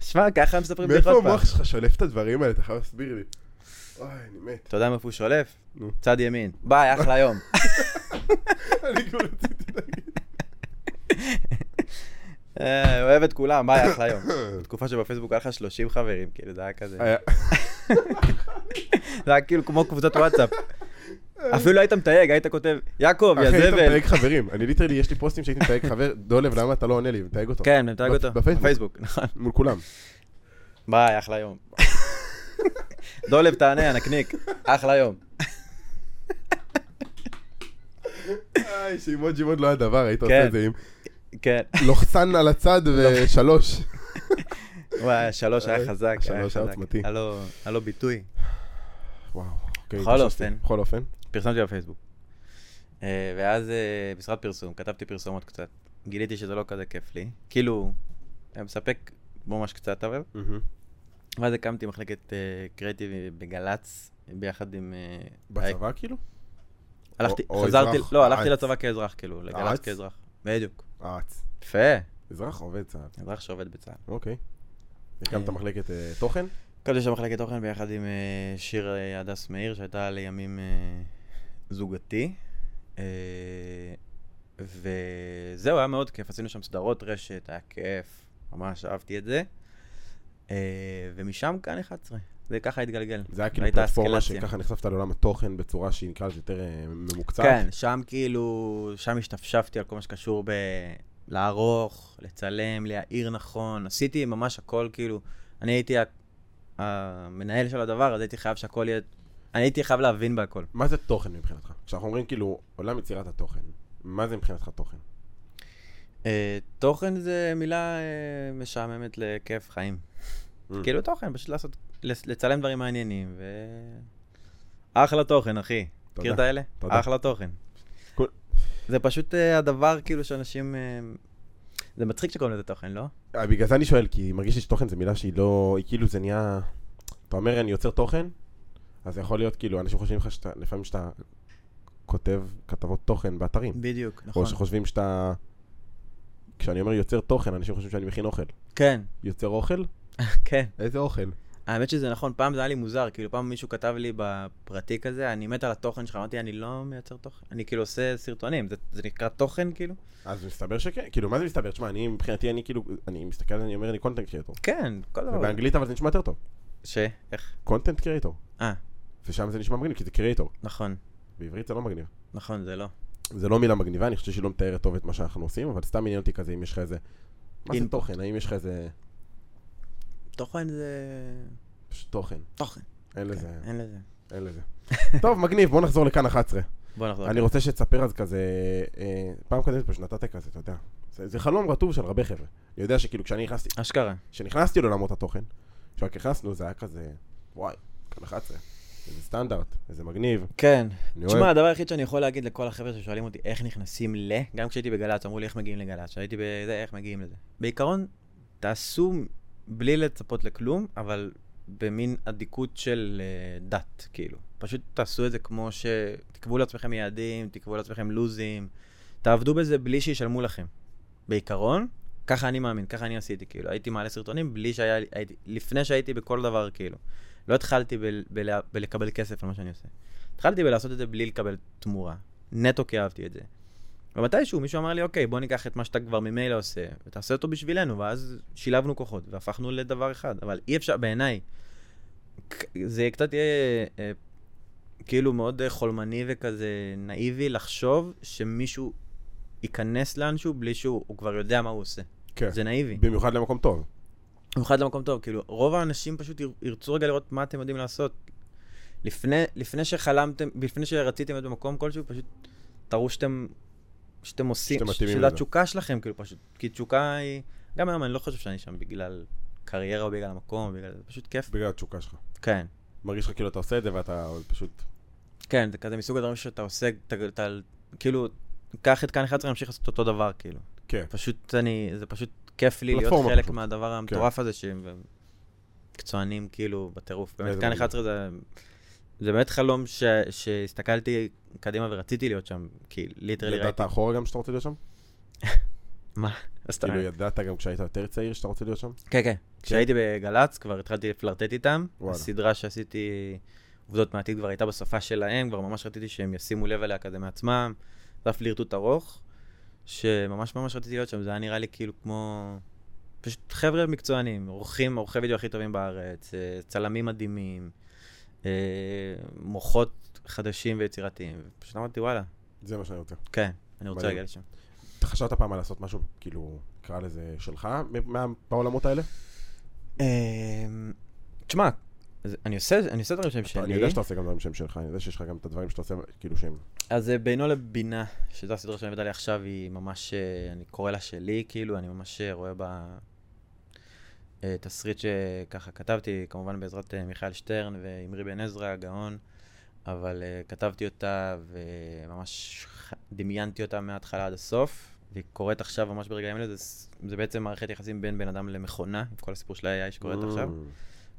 [SPEAKER 1] שמע, ככה מספרים
[SPEAKER 2] מאיפה
[SPEAKER 1] בדיחות פעם.
[SPEAKER 2] המוח שלך שולף את הדברים האלה? אתה חייב להסביר לי. אוי, אני מת.
[SPEAKER 1] אתה יודע מאיפה הוא שולף?
[SPEAKER 2] נו.
[SPEAKER 1] צד ימין. ביי, אחלה יום.
[SPEAKER 2] אני כבר רציתי להגיד.
[SPEAKER 1] אה, אוהב את כולם, ביי, אחלה יום. בתקופה שבפייסבוק היה לך 30 חברים, כאילו, זה היה כזה.
[SPEAKER 2] היה-
[SPEAKER 1] זה היה כאילו כמו קבוצת וואטסאפ. אפילו לא היית מתייג, היית כותב, יעקב, יא
[SPEAKER 2] אחי, היית
[SPEAKER 1] זבל.
[SPEAKER 2] מתייג חברים. אני ליטרלי, יש לי פוסטים שהייתי מתייג חבר. דולב, למה אתה לא עונה לי? מתייג אותו.
[SPEAKER 1] כן, מתייג אותו.
[SPEAKER 2] בפייסבוק.
[SPEAKER 1] בפייסבוק, נכון.
[SPEAKER 2] מול כולם.
[SPEAKER 1] ביי, אחלה
[SPEAKER 2] [LAUGHS]
[SPEAKER 1] יום. דולב, תענה, הנקניק. אחלה יום.
[SPEAKER 2] איי, שאימוג'ים עוד לא היה דבר, היית
[SPEAKER 1] כן.
[SPEAKER 2] עושה את זה עם
[SPEAKER 1] כן.
[SPEAKER 2] לוחסן על הצד ושלוש.
[SPEAKER 1] וואי, השלוש היה חזק, היה
[SPEAKER 2] השלוש היה
[SPEAKER 1] חזק.
[SPEAKER 2] עוצמתי.
[SPEAKER 1] היה לו- היה לו ביטוי.
[SPEAKER 2] וואו. אוקיי,
[SPEAKER 1] בכל
[SPEAKER 2] התאוששתי.
[SPEAKER 1] אופן.
[SPEAKER 2] בכל אופן.
[SPEAKER 1] פרסמתי בפייסבוק. אה, ואז אה, משרד פרסום, כתבתי פרסומות קצת. גיליתי שזה לא כזה כיף לי. כאילו, היה מספק ממש קצת אבל. ואז הקמתי מחלקת אה, קריאיטיב בגל"צ, ביחד עם... אה,
[SPEAKER 2] בצבא כאילו?
[SPEAKER 1] הלכתי,
[SPEAKER 2] או- או
[SPEAKER 1] חזרתי,
[SPEAKER 2] אזרח, אה,
[SPEAKER 1] לא, הלכתי
[SPEAKER 2] ארץ.
[SPEAKER 1] לצבא כאזרח, כאילו, לגל"צ
[SPEAKER 2] ארץ?
[SPEAKER 1] כאזרח. בדיוק.
[SPEAKER 2] רץ.
[SPEAKER 1] יפה,
[SPEAKER 2] אזרח או עובד צה"ל?
[SPEAKER 1] אזרח שעובד בצה"ל.
[SPEAKER 2] אוקיי. הקמת מחלקת אה, תוכן?
[SPEAKER 1] הקמתי שם מחלקת תוכן ביחד עם אה, שיר אה, הדס מאיר, שהייתה לימים אה, זוגתי, אה, וזהו, היה מאוד כיף, עשינו שם סדרות רשת, היה כיף, ממש אהבתי את זה, אה, ומשם כאן 11, זה ככה התגלגל.
[SPEAKER 2] זה היה כאילו
[SPEAKER 1] הייתה
[SPEAKER 2] פלטפורמה
[SPEAKER 1] אסקלציה.
[SPEAKER 2] שככה נחשפת לעולם התוכן בצורה שהיא נקרא לזה יותר אה, ממוקצעת.
[SPEAKER 1] כן, שם כאילו, שם השתפשפתי על כל מה שקשור ב... לערוך, לצלם, להעיר נכון, עשיתי ממש הכל, כאילו, אני הייתי ה- המנהל של הדבר, אז הייתי חייב שהכל יהיה, אני הייתי חייב להבין בהכל.
[SPEAKER 2] מה זה תוכן מבחינתך? כשאנחנו אומרים כאילו עולם יצירת התוכן, מה זה מבחינתך תוכן?
[SPEAKER 1] אה, תוכן זה מילה אה, משעממת לכיף חיים.
[SPEAKER 2] Mm.
[SPEAKER 1] כאילו תוכן, פשוט לעשות, לצ- לצלם דברים מעניינים, ו... אחלה תוכן, אחי.
[SPEAKER 2] תודה.
[SPEAKER 1] מכיר את האלה?
[SPEAKER 2] תודה.
[SPEAKER 1] אחלה תוכן.
[SPEAKER 2] כל-
[SPEAKER 1] זה פשוט אה, הדבר כאילו שאנשים... אה, זה מצחיק שקוראים לזה תוכן, לא?
[SPEAKER 2] אה, בגלל זה אני שואל, כי מרגיש לי שתוכן זו מילה שהיא לא... היא כאילו זה נהיה... אתה אומר אני יוצר תוכן, אז זה יכול להיות כאילו, אנשים חושבים לך שאתה, לפעמים שאתה כותב כתבות תוכן באתרים.
[SPEAKER 1] בדיוק,
[SPEAKER 2] או
[SPEAKER 1] נכון.
[SPEAKER 2] שחושבים שאתה... כשאני אומר יוצר תוכן, אנשים חושבים שאני מכין אוכל.
[SPEAKER 1] כן, [LAUGHS]
[SPEAKER 2] יוצר אוכל?
[SPEAKER 1] כן.
[SPEAKER 2] איזה אוכל?
[SPEAKER 1] האמת שזה נכון, פעם זה היה לי מוזר, כאילו פעם מישהו כתב לי בפרטי כזה, אני מת על התוכן שלך, אמרתי, אני לא מייצר תוכן, אני כאילו עושה סרטונים, זה- זה נקרא תוכן כאילו?
[SPEAKER 2] אז מסתבר שכן, כאילו מה זה מסתבר? תשמע, אני מבחינתי, אני כאילו, אני מסתכל על זה, אני אומר, אני קונטנט קריאטור.
[SPEAKER 1] כן, כל דבר.
[SPEAKER 2] ובאנגלית אבל זה נשמע יותר טוב.
[SPEAKER 1] ש? איך?
[SPEAKER 2] קונטנט קריאטור.
[SPEAKER 1] אה,
[SPEAKER 2] ושם זה נשמע מגניב, כי זה קריאטור.
[SPEAKER 1] נכון,
[SPEAKER 2] בעברית זה לא מגניב.
[SPEAKER 1] נכון, זה לא.
[SPEAKER 2] זה לא מילה מגניבה, אני חושב שהיא לא מתארת טוב את מה שאנחנו עושים, אבל סתם עניין אותי כזה, אם יש לך איזה... מה זה
[SPEAKER 1] Input.
[SPEAKER 2] תוכן? האם יש לך איזה...
[SPEAKER 1] תוכן זה...
[SPEAKER 2] פשוט תוכן.
[SPEAKER 1] תוכן.
[SPEAKER 2] אין לזה,
[SPEAKER 1] אין לזה.
[SPEAKER 2] אין לזה. טוב, מגניב, בוא נחזור לכאן 11.
[SPEAKER 1] בוא נחזור.
[SPEAKER 2] אני רוצה שתספר אז כזה... אה, פעם קודמת פשוט נתת כזה, אתה יודע. זה זה חלום רטוב של הרבה חבר'ה. אני יודע שכאילו כשאני נכנסתי,
[SPEAKER 1] אשכרה.
[SPEAKER 2] כשנכנסתי לעולמות התוכן, כשרק נכנסנו זה היה כזה, וואי, כאן 11. איזה סטנדרט, איזה מגניב.
[SPEAKER 1] כן.
[SPEAKER 2] אני
[SPEAKER 1] תשמע,
[SPEAKER 2] אוהב.
[SPEAKER 1] הדבר היחיד שאני יכול להגיד לכל החבר'ה ששואלים אותי איך נכנסים ל... גם כשהייתי בגל"צ, אמרו לי איך מגיעים לגל"צ, כשהייתי בזה, איך מגיעים לזה. בעיקרון, תעשו בלי לצפות לכלום, אבל במין אדיקות של אה, דת, כאילו. פשוט תעשו את זה כמו ש... תקבעו לעצמכם יעדים, תקבעו לעצמכם לוזים, תעבדו בזה בלי שישלמו לכם. בעיקרון, ככה אני מאמין, ככה אני עשיתי, כאילו. הייתי מעלה סרטונים בלי שהיה... לי- הייתי, לפני שהייתי בכל דבר, כאילו. לא התחלתי ב, ב, בלקבל כסף על מה שאני עושה. התחלתי בלעשות את זה בלי לקבל תמורה. נטו כי אהבתי את זה. ומתישהו מישהו אמר לי, אוקיי, בוא ניקח את מה שאתה כבר ממילא עושה, ותעשה אותו בשבילנו, ואז שילבנו כוחות, והפכנו לדבר אחד. אבל אי אפשר, בעיניי, ק- זה קצת יהיה אה, כאילו מאוד אה, חולמני וכזה נאיבי לחשוב שמישהו ייכנס לאנשהו בלי שהוא הוא כבר יודע מה הוא עושה.
[SPEAKER 2] כן.
[SPEAKER 1] זה נאיבי.
[SPEAKER 2] במיוחד למקום טוב.
[SPEAKER 1] במיוחד למקום טוב, כאילו, רוב האנשים פשוט יר- ירצו רגע לראות מה אתם יודעים לעשות. לפני, לפני שחלמתם, לפני שרציתם להיות במקום כלשהו, פשוט תראו שאתם, שאתם עושים,
[SPEAKER 2] שאתם
[SPEAKER 1] ש-
[SPEAKER 2] מתאימים
[SPEAKER 1] שזה
[SPEAKER 2] לזה.
[SPEAKER 1] התשוקה שלכם, כאילו, פשוט. כי תשוקה היא, גם היום אני לא חושב שאני שם בגלל קריירה או בגלל המקום, או בגלל, זה פשוט כיף.
[SPEAKER 2] בגלל התשוקה שלך.
[SPEAKER 1] כן,
[SPEAKER 2] מרגיש לך כאילו אתה עושה את זה ואתה פשוט...
[SPEAKER 1] כן, זה כזה מסוג הדברים שאתה עושה, אתה, אתה כאילו, קח את כאן 11 להמשיך לעשות אותו דבר, כאילו.
[SPEAKER 2] כן.
[SPEAKER 1] פשוט אני, זה פשוט כיף לי להיות
[SPEAKER 2] פלטפורמה
[SPEAKER 1] חלק
[SPEAKER 2] פשוט. כן.
[SPEAKER 1] מהדבר המטורף הזה, שהם מקצוענים כאילו בטירוף.
[SPEAKER 2] איזה
[SPEAKER 1] באמת, כאן
[SPEAKER 2] מדהים.
[SPEAKER 1] 11 זה, זה באמת חלום ש, שהסתכלתי קדימה ורציתי להיות שם, כי ליטרלי
[SPEAKER 2] ידעת
[SPEAKER 1] ראיתי.
[SPEAKER 2] אחורה גם שאתה רוצה להיות שם?
[SPEAKER 1] מה? אז אתה-
[SPEAKER 2] כאילו ידעת גם כשהיית יותר צעיר שאתה רוצה להיות שם?
[SPEAKER 1] כן, כן. כשהייתי בגל"צ כבר התחלתי לפלרטט איתם.
[SPEAKER 2] וואלה.
[SPEAKER 1] הסדרה שעשיתי, עובדות מעתיד כבר הייתה בשפה שלהם, כבר ממש רציתי שהם ישימו לב אליה כזה מעצמם. זה היה פלירטוט ארוך, שממש ממש רציתי להיות שם, זה היה נראה לי כאילו כמו... פשוט חבר'ה מקצוענים, עורכים, עורכי וידאו הכי טובים בארץ, אה, צלמים מדהימים, אה, מוחות חדשים ויצירתיים. פשוט אמרתי, וואלה,
[SPEAKER 2] זה מה שאני רוצה.
[SPEAKER 1] כן, אני רוצה
[SPEAKER 2] מדהים.
[SPEAKER 1] להגיע לשם.
[SPEAKER 2] אתה חשבת פעם על לעשות משהו, כאילו, נקרא לזה שלך, מ- מה- בעולמות האלה?
[SPEAKER 1] אמ, תשמע, זה- אני עושה אני עושה דברים שהם שלי.
[SPEAKER 2] אני אה, יודע שאתה עושה גם דברים שהם שלך, אני יודע שיש לך גם את הדברים שאתה עושה, כאילו שהם...
[SPEAKER 1] אז אה, בינו לבינה, שזו הסדרה שאני עובד עליה עכשיו, היא ממש, אה, אני קורא לה שלי, כאילו, אני ממש אה, רואה בה אה, תסריט שככה כתבתי, כמובן בעזרת אה, מיכאל שטרן ועמרי בן עזרא, הגאון, אבל אה, כתבתי אותה וממש ח- דמיינתי אותה מההתחלה עד הסוף, והיא קורית עכשיו ממש ברגעים אלה, זה, ס- זה בעצם מערכת יחסים בין בן אדם למכונה, עם כל הסיפור של ה-AI שקורית עכשיו,
[SPEAKER 2] Mm.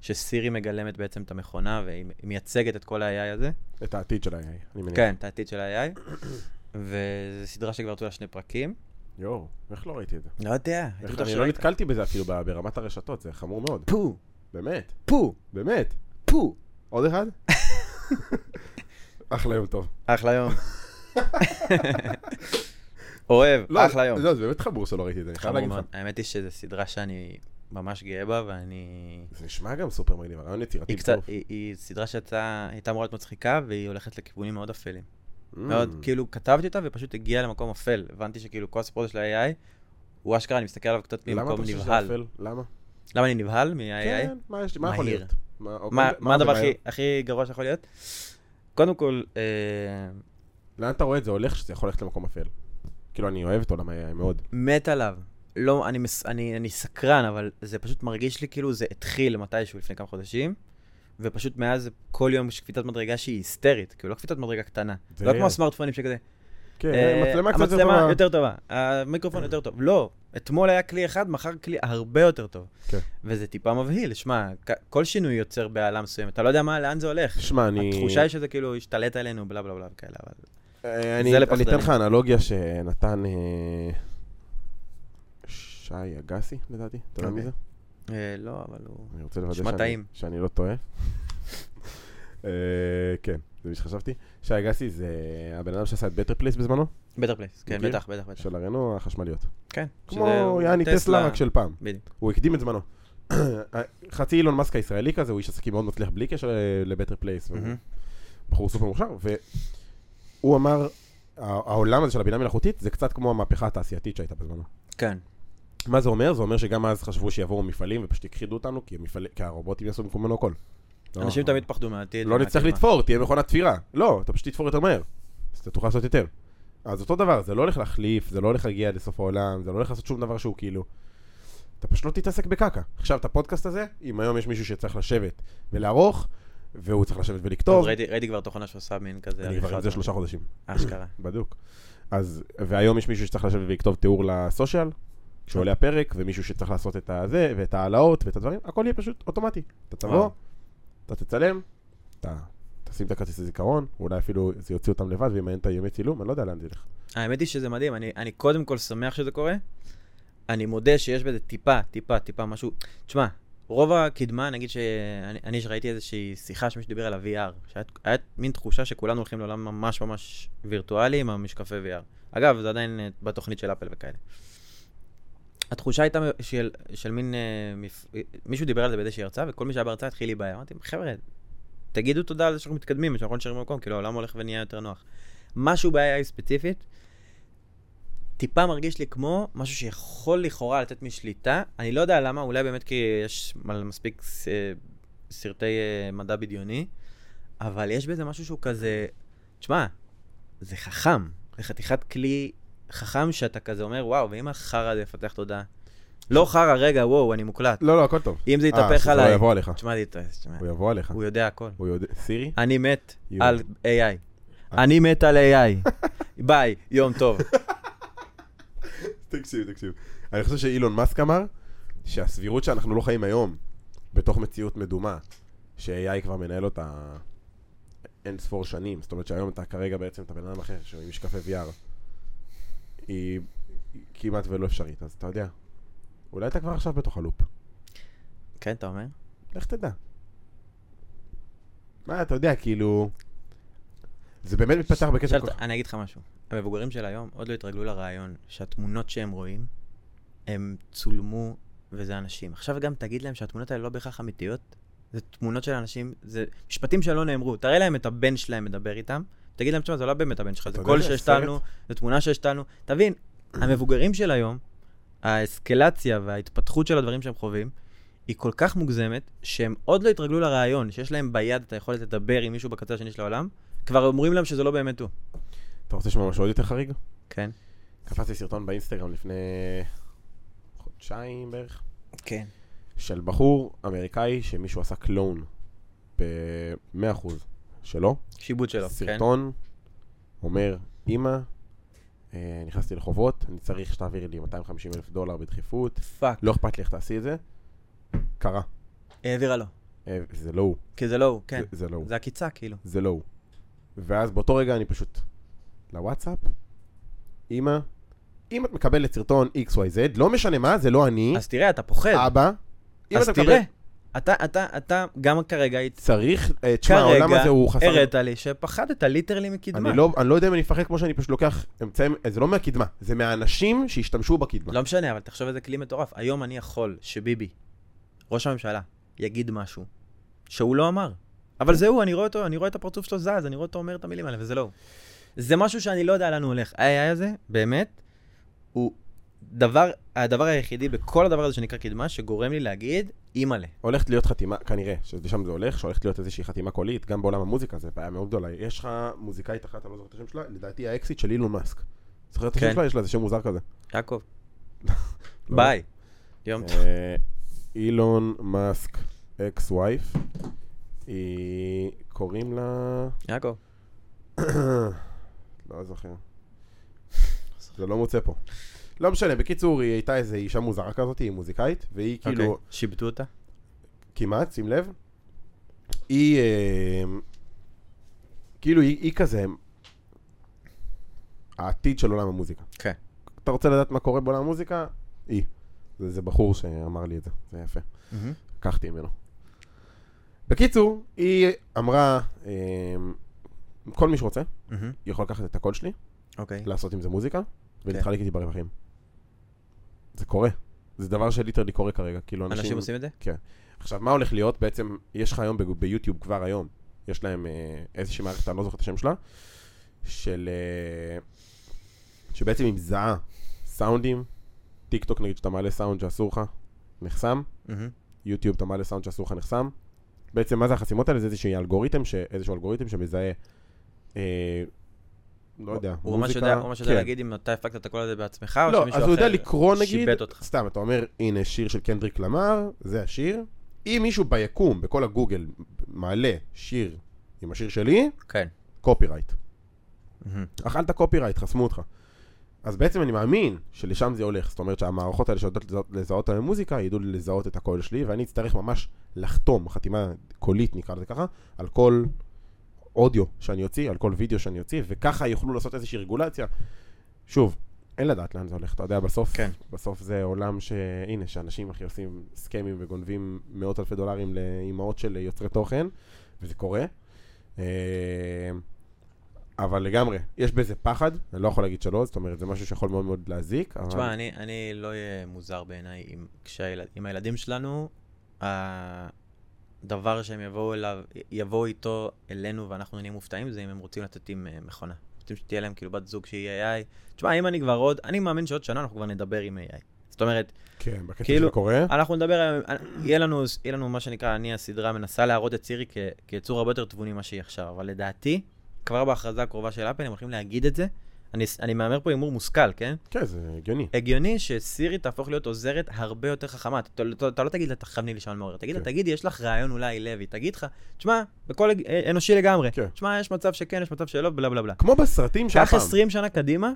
[SPEAKER 1] שסירי מגלמת בעצם את המכונה והיא מ- היא מייצגת את כל ה-AI הזה.
[SPEAKER 2] את העתיד של ה-AI, אני מניח.
[SPEAKER 1] כן, את העתיד של [CLEARS THROAT] ה-AI. וזו סדרה שכבר יצאו לה שני פרקים.
[SPEAKER 2] יואו, איך לא ראיתי את זה?
[SPEAKER 1] לא יודע,
[SPEAKER 2] איך- אני לא נתקלתי בזה אפילו ב- ברמת הרשתות, זה חמור מאוד.
[SPEAKER 1] פו,
[SPEAKER 2] באמת,
[SPEAKER 1] פו,
[SPEAKER 2] באמת.
[SPEAKER 1] [LAUGHS] פו.
[SPEAKER 2] עוד אחד? אחלה יום טוב.
[SPEAKER 1] אחלה [LAUGHS] יום. אוהב,
[SPEAKER 2] לא,
[SPEAKER 1] אחלה יום.
[SPEAKER 2] לא, זה באמת חמור שלא ראיתי את זה, אני חייב
[SPEAKER 1] חמור
[SPEAKER 2] להגיד לך.
[SPEAKER 1] מאוד. האמת היא שזו סדרה שאני ממש גאה בה, ואני...
[SPEAKER 2] זה נשמע גם סופר מגניב, הרעיון יצירתי
[SPEAKER 1] היא קצת,
[SPEAKER 2] טוב.
[SPEAKER 1] היא- היא סדרה שהייתה הייתה אמורה להיות מצחיקה, והיא הולכת לכיוונים מאוד אפלים.
[SPEAKER 2] Mm.
[SPEAKER 1] מאוד, כאילו, כתבתי אותה ופשוט הגיעה למקום אפל. הבנתי שכאילו כל הסיפור הזה של ה-AI, הוא אשכרה, אני מסתכל עליו קצת
[SPEAKER 2] למה אתה
[SPEAKER 1] ממקום
[SPEAKER 2] חושב שזה
[SPEAKER 1] נבהל.
[SPEAKER 2] אפל? למה?
[SPEAKER 1] למה אני נבהל מה-AI?
[SPEAKER 2] כן, מה יש לי? מה יכול
[SPEAKER 1] מהיר.
[SPEAKER 2] להיות? או-
[SPEAKER 1] מה
[SPEAKER 2] או-
[SPEAKER 1] מה הדבר
[SPEAKER 2] זה מהיר?
[SPEAKER 1] הכי- הכי גרוע שיכול להיות? קודם כל, אה,
[SPEAKER 2] לאן אתה רואה את זה הולך שזה יכול ללכת למקום אפל? כאילו, אני אוהב את עולם ה-AI מאוד.
[SPEAKER 1] מת עליו. לא, אני, מס, אני, אני סקרן, אבל זה פשוט מרגיש לי כאילו זה התחיל מתישהו לפני כמה חודשים, ופשוט מאז זה כל יום יש קפיצת מדרגה שהיא היסטרית, כאילו לא קפיצת מדרגה קטנה.
[SPEAKER 2] זה
[SPEAKER 1] לא
[SPEAKER 2] AI.
[SPEAKER 1] כמו הסמארטפונים שכזה.
[SPEAKER 2] כן,
[SPEAKER 1] אה,
[SPEAKER 2] מצלמה קצת יותר
[SPEAKER 1] המצלמה
[SPEAKER 2] טובה.
[SPEAKER 1] יותר טובה, המיקרופון יותר טוב. לא, אתמול היה כלי אחד, מחר כלי הרבה יותר טוב.
[SPEAKER 2] כן.
[SPEAKER 1] וזה טיפה מבהיל, שמע, כ- כל שינוי יוצר בהעלאה מסוימת, אתה לא יודע מה, לאן זה הולך.
[SPEAKER 2] שמע, אני...
[SPEAKER 1] התחושה היא שזה כאילו השתלט עלינו, בלה בלה בלה וכאלה, אבל...
[SPEAKER 2] אה,
[SPEAKER 1] זה
[SPEAKER 2] אני אני
[SPEAKER 1] לפחדנים.
[SPEAKER 2] אתן לך אנלוגיה שנתן אה, שי אגסי, לדעתי. אתה יודע מי
[SPEAKER 1] אוקיי.
[SPEAKER 2] זה?
[SPEAKER 1] אה, לא, אבל הוא...
[SPEAKER 2] אני רוצה לוודא
[SPEAKER 1] נשמע
[SPEAKER 2] שאני-
[SPEAKER 1] טעים.
[SPEAKER 2] שאני לא טועה. [LAUGHS] אה, כן, זה מי שחשבתי. שי אגסי זה הבן אדם שעשה את בטר פלייס בזמנו,
[SPEAKER 1] בטר פלייס, כן,
[SPEAKER 2] מכיר?
[SPEAKER 1] בטח, בטח, בטח.
[SPEAKER 2] של הרנו החשמליות.
[SPEAKER 1] כן. שזה-
[SPEAKER 2] כמו
[SPEAKER 1] הוא
[SPEAKER 2] יעני טסלה, רק של פעם.
[SPEAKER 1] בדיוק.
[SPEAKER 2] הוא הקדים את זמנו. [CLEARS THROAT] חצי אילון מאסק הישראלי כזה, הוא איש עסקים מאוד מצליח בלי קשר לבטר פלייס,
[SPEAKER 1] מהמם.
[SPEAKER 2] בחור סופר מוכשר, והוא אמר, "ה- העולם הזה של הבינה מלאכותית זה קצת כמו המהפכה התעשייתית שהייתה בזמנו.
[SPEAKER 1] כן,
[SPEAKER 2] מה זה אומר? זה אומר שגם אז חשבו שיבואו מפעלים ופשוט יכחידו אותנו, כי, המפעל... כי הרובוטים יעשו במקומנו הכל.
[SPEAKER 1] אנשים
[SPEAKER 2] לא,
[SPEAKER 1] תמיד פחדו מהעתיד.
[SPEAKER 2] לא נצטרך
[SPEAKER 1] מהקדמה.
[SPEAKER 2] לתפור, תהיה מכונת תפירה. לא, אתה פשוט תתפור יותר מהר. אז אתה תוכל לעשות יותר. אז אותו דבר, זה לא הולך להחליף, זה לא הולך להגיע עד לסוף העולם, זה לא הולך לעשות שום דבר שהוא כאילו... אתה פשוט לא תתעסק בקקה. עכשיו, את הפודקאסט הזה, אם היום יש מישהו שצריך לשבת ולערוך, והוא צריך לשבת
[SPEAKER 1] אז
[SPEAKER 2] ולכתוב,
[SPEAKER 1] ראיתי- ראיתי כבר תוכנה שעושה מין כזה...
[SPEAKER 2] אני כבר עם
[SPEAKER 1] עריכת-
[SPEAKER 2] זה שלושה חודשים.
[SPEAKER 1] אשכרה.
[SPEAKER 2] בדוק. אז, והיום יש מישהו שצריך לשבת ולכתוב תיאור לסושיאל, כשעולה
[SPEAKER 1] כן.
[SPEAKER 2] הפרק, ומישהו שצריך לעשות את הזה, ואת ההעלאות, ואת הדברים, הכל יהיה פשוט אוטומטי. אתה תבוא,
[SPEAKER 1] וואו.
[SPEAKER 2] אתה תצלם, אתה תשים את הכרטיס לזיכרון, אולי אפילו זה יוציא אותם לבד, ואם אין את הימי צילום, אני לא יודע לאן זה ילך.
[SPEAKER 1] האמת היא שזה מדהים, אני, אני קודם כל שמח שזה קורה. אני מודה שיש בזה טיפה, טיפה, טיפה משהו. תשמע, רוב הקדמה, נגיד שאני אני שראיתי איזושהי שיחה שמישהו דיבר על ה-VR, שהיה מין תחושה שכולנו הולכים לעולם ממש ממש וירטואלי עם המשקפי VR. אגב, זה עדיין אה, בתוכנית של אפל וכאלה. התחושה הייתה של, של מין, אה, מפ... מישהו דיבר על זה באיזושהי הרצאה, וכל מי שהיה בהרצאה התחיל להיבהר. אמרתי, חבר'ה, תגידו תודה על זה שאנחנו מתקדמים, שאנחנו לא נשארים במקום, כאילו העולם הולך ונהיה יותר נוח. משהו ב-AI ספציפית, טיפה מרגיש לי כמו משהו שיכול לכאורה לצאת משליטה. אני לא יודע למה, אולי באמת כי יש מ- מספיק ס- אה, סרטי אה, מדע בדיוני, אבל יש בזה משהו שהוא כזה, תשמע, זה חכם, זה חתיכת כלי חכם שאתה כזה אומר, וואו, ואם החרא הזה יפתח תודעה? לא חרא, רגע, וואו, אני מוקלט.
[SPEAKER 2] לא, לא, הכל טוב.
[SPEAKER 1] אם זה
[SPEAKER 2] אה,
[SPEAKER 1] יתהפך
[SPEAKER 2] שזה לא
[SPEAKER 1] עליי,
[SPEAKER 2] יבוא עליך.
[SPEAKER 1] תשמע, זה יתהפך, תשמע,
[SPEAKER 2] הוא יבוא עליך.
[SPEAKER 1] הוא יודע הכל.
[SPEAKER 2] הוא יודע... סירי?
[SPEAKER 1] אני מת
[SPEAKER 2] יו.
[SPEAKER 1] על AI. אני מת על AI. ביי, יום טוב.
[SPEAKER 2] תקשיב, תקשיב. אני חושב שאילון מאסק אמר שהסבירות שאנחנו לא חיים היום בתוך מציאות מדומה, ש-AI כבר מנהל אותה אין ספור שנים, זאת אומרת שהיום אתה כרגע בעצם אתה בן אדם אחר שעם משקפי VR, היא היא כמעט ולא אפשרית, אז אתה יודע, אולי אתה כבר עכשיו בתוך הלופ,
[SPEAKER 1] כן, אתה אומר?
[SPEAKER 2] לך תדע. מה, אתה יודע, כאילו... זה באמת מתפתח בקצב...
[SPEAKER 1] עכשיו,
[SPEAKER 2] כל כך-
[SPEAKER 1] אני אגיד לך משהו. המבוגרים של היום עוד לא התרגלו לרעיון שהתמונות שהם רואים, הם צולמו וזה אנשים. עכשיו גם תגיד להם שהתמונות האלה לא בהכרח אמיתיות, זה תמונות של אנשים, זה משפטים שלא נאמרו. תראה להם את הבן שלהם מדבר איתם, תגיד להם, תשמע, זה לא באמת הבן שלך,
[SPEAKER 2] אתה
[SPEAKER 1] זה
[SPEAKER 2] יודע
[SPEAKER 1] קול
[SPEAKER 2] איזה
[SPEAKER 1] שהשתלנו, זו תמונה שהשתלנו. תבין, המבוגרים של היום, האסקלציה וההתפתחות של הדברים שהם חווים, היא כל כך מוגזמת, שהם עוד לא התרגלו לרעיון, שיש להם ביד את היכולת לדבר עם מישהו בקצה השני של העולם, כבר אומרים להם שזה לא באמת הוא.
[SPEAKER 2] אתה רוצה לשמוע משהו עוד יותר חריג?
[SPEAKER 1] כן.
[SPEAKER 2] קפצתי סרטון באינסטגרם לפני חודשיים בערך,
[SPEAKER 1] כן.
[SPEAKER 2] של בחור אמריקאי שמישהו עשה קלון ב-100% שלו.
[SPEAKER 1] שיבוט שלו, כן.
[SPEAKER 2] סרטון אומר, אמא, אה, נכנסתי לחובות, אני צריך שתעבירי לי 250 אלף דולר בדחיפות,
[SPEAKER 1] פאק.
[SPEAKER 2] לא אכפת לי איך תעשי את זה. קרה.
[SPEAKER 1] העבירה לו.
[SPEAKER 2] אה, זה לא הוא.
[SPEAKER 1] כי זה לא הוא, כן.
[SPEAKER 2] זה- זה לא הוא.
[SPEAKER 1] זה עקיצה, כאילו.
[SPEAKER 2] זה לא הוא. ואז באותו רגע אני פשוט לוואטסאפ, אמא, אם את מקבלת סרטון XYZ, לא משנה מה, זה לא אני, אה,
[SPEAKER 1] אז תראה, אתה פוחד.
[SPEAKER 2] אבא, אם
[SPEAKER 1] אז
[SPEAKER 2] אתה מקבל-
[SPEAKER 1] תראה. אתה, אתה, אתה גם כרגע, היית-
[SPEAKER 2] צריך, אה, תשמע, העולם
[SPEAKER 1] כרגע,
[SPEAKER 2] הזה הוא חסר...
[SPEAKER 1] הראת לי שפחדת ליטרלי מקדמה.
[SPEAKER 2] אני לא, אני לא יודע אם אני מפחד כמו שאני פשוט לוקח אמצעים, זה לא מהקדמה, זה מהאנשים שהשתמשו בקדמה.
[SPEAKER 1] לא משנה, אבל תחשוב איזה כלי מטורף. היום אני יכול שביבי, ראש הממשלה, יגיד משהו שהוא לא אמר. אבל זה הוא, אני רואה אותו, אני רואה את הפרצוף שלו זז, אני רואה אותו אומר את המילים האלה, וזה לא הוא. זה משהו שאני לא יודע לאן הוא הולך. ה-AI הזה, באמת, הוא דבר, הדבר היחידי בכל הדבר הזה שנקרא קדמה, שגורם לי להגיד, אימא'לה.
[SPEAKER 2] הולכת להיות חתימה, כנראה, שלשם זה הולך, שהולכת להיות איזושהי חתימה קולית, גם בעולם המוזיקה זה בעיה מאוד גדולה. יש לך מוזיקאית אחת, אני לא זוכר את השם שלה, לדעתי האקסיט של אילון מאסק. זוכר את השם
[SPEAKER 1] כן.
[SPEAKER 2] שלה? יש לה איזה שם מוזר
[SPEAKER 1] [LAUGHS]
[SPEAKER 2] כזה.
[SPEAKER 1] יעקב, ביי. יום טוב.
[SPEAKER 2] אה, אילון מאסק, אקס וייף, היא... קוראים לה...
[SPEAKER 1] יעקב.
[SPEAKER 2] לא זוכר. זה לא מוצא פה. לא משנה, בקיצור, היא הייתה איזו אישה מוזרה כזאת, היא מוזיקאית, והיא כאילו,
[SPEAKER 1] אוקיי. שיבטו אותה?
[SPEAKER 2] כמעט, שים לב, היא, אה, כאילו, היא, היא כזה העתיד של עולם המוזיקה.
[SPEAKER 1] כן.
[SPEAKER 2] אתה רוצה לדעת מה קורה בעולם המוזיקה? היא. זה, זה בחור שאמר לי את זה, זה יפה. לקחתי ממנו. בקיצור, היא אמרה, אה, כל מי שרוצה,
[SPEAKER 1] מהמם.
[SPEAKER 2] יכול לקחת את הקול שלי,
[SPEAKER 1] אוקיי.
[SPEAKER 2] לעשות עם זה מוזיקה,
[SPEAKER 1] כן.
[SPEAKER 2] ולהתחלק איתי ברווחים. זה קורה. זה דבר שליטרלי קורה כרגע, כאילו אנשים...
[SPEAKER 1] אנשים עושים את זה?
[SPEAKER 2] עכשיו, מה הולך להיות? בעצם, יש לך היום ב- ביוטיוב כבר היום, יש להם אה, איזושהי מערכת, אני לא זוכר את השם שלה, של... אה, שבעצם היא מזהה סאונדים, טיק טוק נגיד שאתה מעלה סאונד שאסור לך, נחסם,
[SPEAKER 1] מהמם.
[SPEAKER 2] יוטיוב אתה מעלה סאונד שאסור לך נחסם. בעצם מה זה החסימות האלה? זה איזשהו אלגוריתם, ש... איזשהו אלגוריתם שמזהה, אה, לא יודע,
[SPEAKER 1] הוא ממש יודע, הוא ממש יודע
[SPEAKER 2] כן.
[SPEAKER 1] להגיד אם אתה הפקת את הקול הזה בעצמך, או
[SPEAKER 2] לא,
[SPEAKER 1] שמישהו אחר
[SPEAKER 2] אז הוא יודע לקרוא נגיד,
[SPEAKER 1] שיבט אותך.
[SPEAKER 2] סתם, אתה אומר, הנה שיר של קנדריק למר, זה השיר. אם מישהו ביקום, בכל הגוגל, מעלה שיר עם השיר שלי,
[SPEAKER 1] כן.
[SPEAKER 2] קופירייט.
[SPEAKER 1] מהמם.
[SPEAKER 2] אכלת קופירייט, חסמו אותך. אז בעצם אני מאמין שלשם זה הולך, זאת אומרת שהמערכות האלה שיודעות לזהות- לזהות על מוזיקה, ידעו לזהות את הקול שלי, ואני אצטרך ממש לחתום, חתימה קולית נקרא לזה ככה, על כל אודיו שאני אוציא, על כל וידאו שאני אוציא, וככה יוכלו לעשות איזושהי רגולציה. שוב, אין לדעת לאן זה הולך, אתה יודע, בסוף,
[SPEAKER 1] כן.
[SPEAKER 2] בסוף זה עולם ש... הנה, שאנשים אחי עושים סכמים וגונבים מאות אלפי דולרים לאימהות של יוצרי תוכן, וזה קורה. אה, אבל לגמרי, יש בזה פחד, אני לא יכול להגיד שלא, זאת אומרת, זה משהו שיכול מאוד מאוד להזיק, אבל...
[SPEAKER 1] תשמע, אני- אני לא אהיה מוזר בעיניי אם כשהילד- אם הילדים שלנו, הדבר שהם יבואו אליו, יבואו איתו אלינו ואנחנו נהיה מופתעים, זה אם הם רוצים לתת עם אה, מכונה. רוצים שתהיה להם כאילו בת זוג שהיא AI. תשמע, אם אני כבר עוד, אני מאמין שעוד שנה אנחנו כבר נדבר עם AI. זאת אומרת,
[SPEAKER 2] כן, בקטע
[SPEAKER 1] כאילו-
[SPEAKER 2] שזה קורה.
[SPEAKER 1] אנחנו נדבר היום, יהיה לנו, יהיה לנו מה שנקרא, אני הסדרה מנסה להראות את סירי כ- כיצור הרבה יותר תבוני ממה שהיא עכשיו, אבל לדעתי, כבר בהכרזה הקרובה של אפל, הם הולכים להגיד את זה. אני, אני מהמר פה הימור מושכל, כן?
[SPEAKER 2] כן, זה הגיוני.
[SPEAKER 1] הגיוני שסירי תהפוך להיות עוזרת הרבה יותר חכמה. אתה, אתה, אתה לא תגיד לה, תכווני לשעון מעורר, תגיד לה,
[SPEAKER 2] כן.
[SPEAKER 1] תגידי, יש לך רעיון אולי לוי, תגיד לך, תשמע, בכל הג- אה, אנושי לגמרי,
[SPEAKER 2] כן.
[SPEAKER 1] תשמע, יש מצב שכן, יש מצב שלא, בלה בלה בלה.
[SPEAKER 2] כמו בסרטים שהיה
[SPEAKER 1] קח
[SPEAKER 2] פעם.
[SPEAKER 1] 20 שנה קדימה,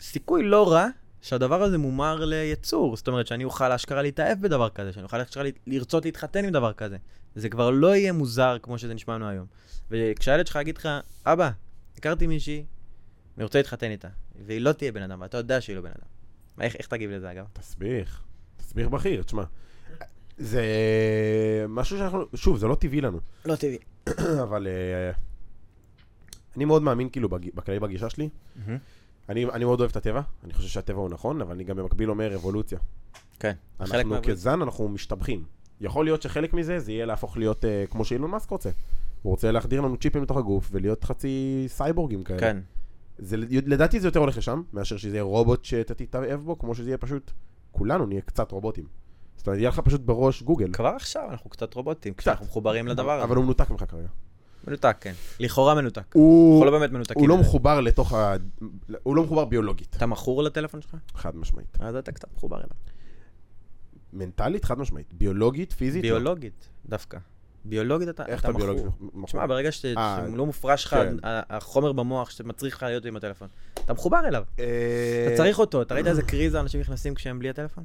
[SPEAKER 1] סיכוי לא רע שהדבר הזה מומר ליצור. זאת אומרת, שאני אוכל אשכרה להתאהב בדבר כזה, שאני אוכל אשכרה להת- לרצות להתחתן עם דבר כזה. זה כבר לא יהיה מוזר כמו שזה נשמע לנו היום. וכשהילד שלך יגיד לך, אבא, הכרתי מישהי, אני רוצה להתחתן איתה, והיא לא תהיה בן אדם, ואתה יודע שהיא לא בן אדם. מה, איך, איך תגיב לזה, אגב?
[SPEAKER 2] תסביך, תסביך בכיר, תשמע. זה משהו שאנחנו, שוב, זה לא טבעי לנו, [CLEARS THROAT]
[SPEAKER 1] לא טבעי.
[SPEAKER 2] אבל אה, אני מאוד מאמין כאילו בג- בכללי בגישה שלי. אני, אני מאוד אוהב את הטבע, אני חושב שהטבע הוא נכון, אבל אני גם במקביל אומר אבולוציה.
[SPEAKER 1] כן. חלק
[SPEAKER 2] אנחנו
[SPEAKER 1] מהאבולוציה.
[SPEAKER 2] כזן, אנחנו משתבחים. יכול להיות שחלק מזה, זה יהיה להפוך להיות אה, כמו שאילון מאסק רוצה. הוא רוצה להחדיר לנו צ'יפים לתוך הגוף ולהיות חצי סייבורגים כאלה.
[SPEAKER 1] כן.
[SPEAKER 2] זה, לדעתי זה יותר הולך לשם, מאשר שזה יהיה רובוט שאתה תתאהב בו, כמו שזה יהיה פשוט, כולנו נהיה קצת רובוטים. זאת אומרת, יהיה לך פשוט בראש גוגל.
[SPEAKER 1] כבר עכשיו אנחנו קצת רובוטים, כשאנחנו מחוברים לדבר הזה.
[SPEAKER 2] אבל הוא מנותק ממך כרגע.
[SPEAKER 1] מנותק, כן. לכאורה מנותק.
[SPEAKER 2] הוא,
[SPEAKER 1] אנחנו לא באמת מנותקים.
[SPEAKER 2] הוא לא
[SPEAKER 1] לזה.
[SPEAKER 2] מחובר לתוך ה... הוא לא מחובר ביולוגית,
[SPEAKER 1] אתה מכור לטלפון שלך?
[SPEAKER 2] חד משמעית.
[SPEAKER 1] אז אתה קצת מחובר אליו.
[SPEAKER 2] מנטלית, חד משמעית. ביולוגית, פיזית. לא.
[SPEAKER 1] ביולוגית, דווקא. ביולוגית אתה
[SPEAKER 2] איך
[SPEAKER 1] אתה
[SPEAKER 2] אתה
[SPEAKER 1] מכור.
[SPEAKER 2] ביולוגית? מכור.
[SPEAKER 1] תשמע, ברגע שת-
[SPEAKER 2] אה,
[SPEAKER 1] שלא מופרש לך
[SPEAKER 2] כן.
[SPEAKER 1] ה- החומר במוח שמצריך לך להיות עם הטלפון, אתה מחובר אליו.
[SPEAKER 2] אה,
[SPEAKER 1] אתה צריך אותו,
[SPEAKER 2] [CLEARS THROAT]
[SPEAKER 1] אתה ראית איזה קריזה אנשים נכנסים כשהם בלי הטלפון?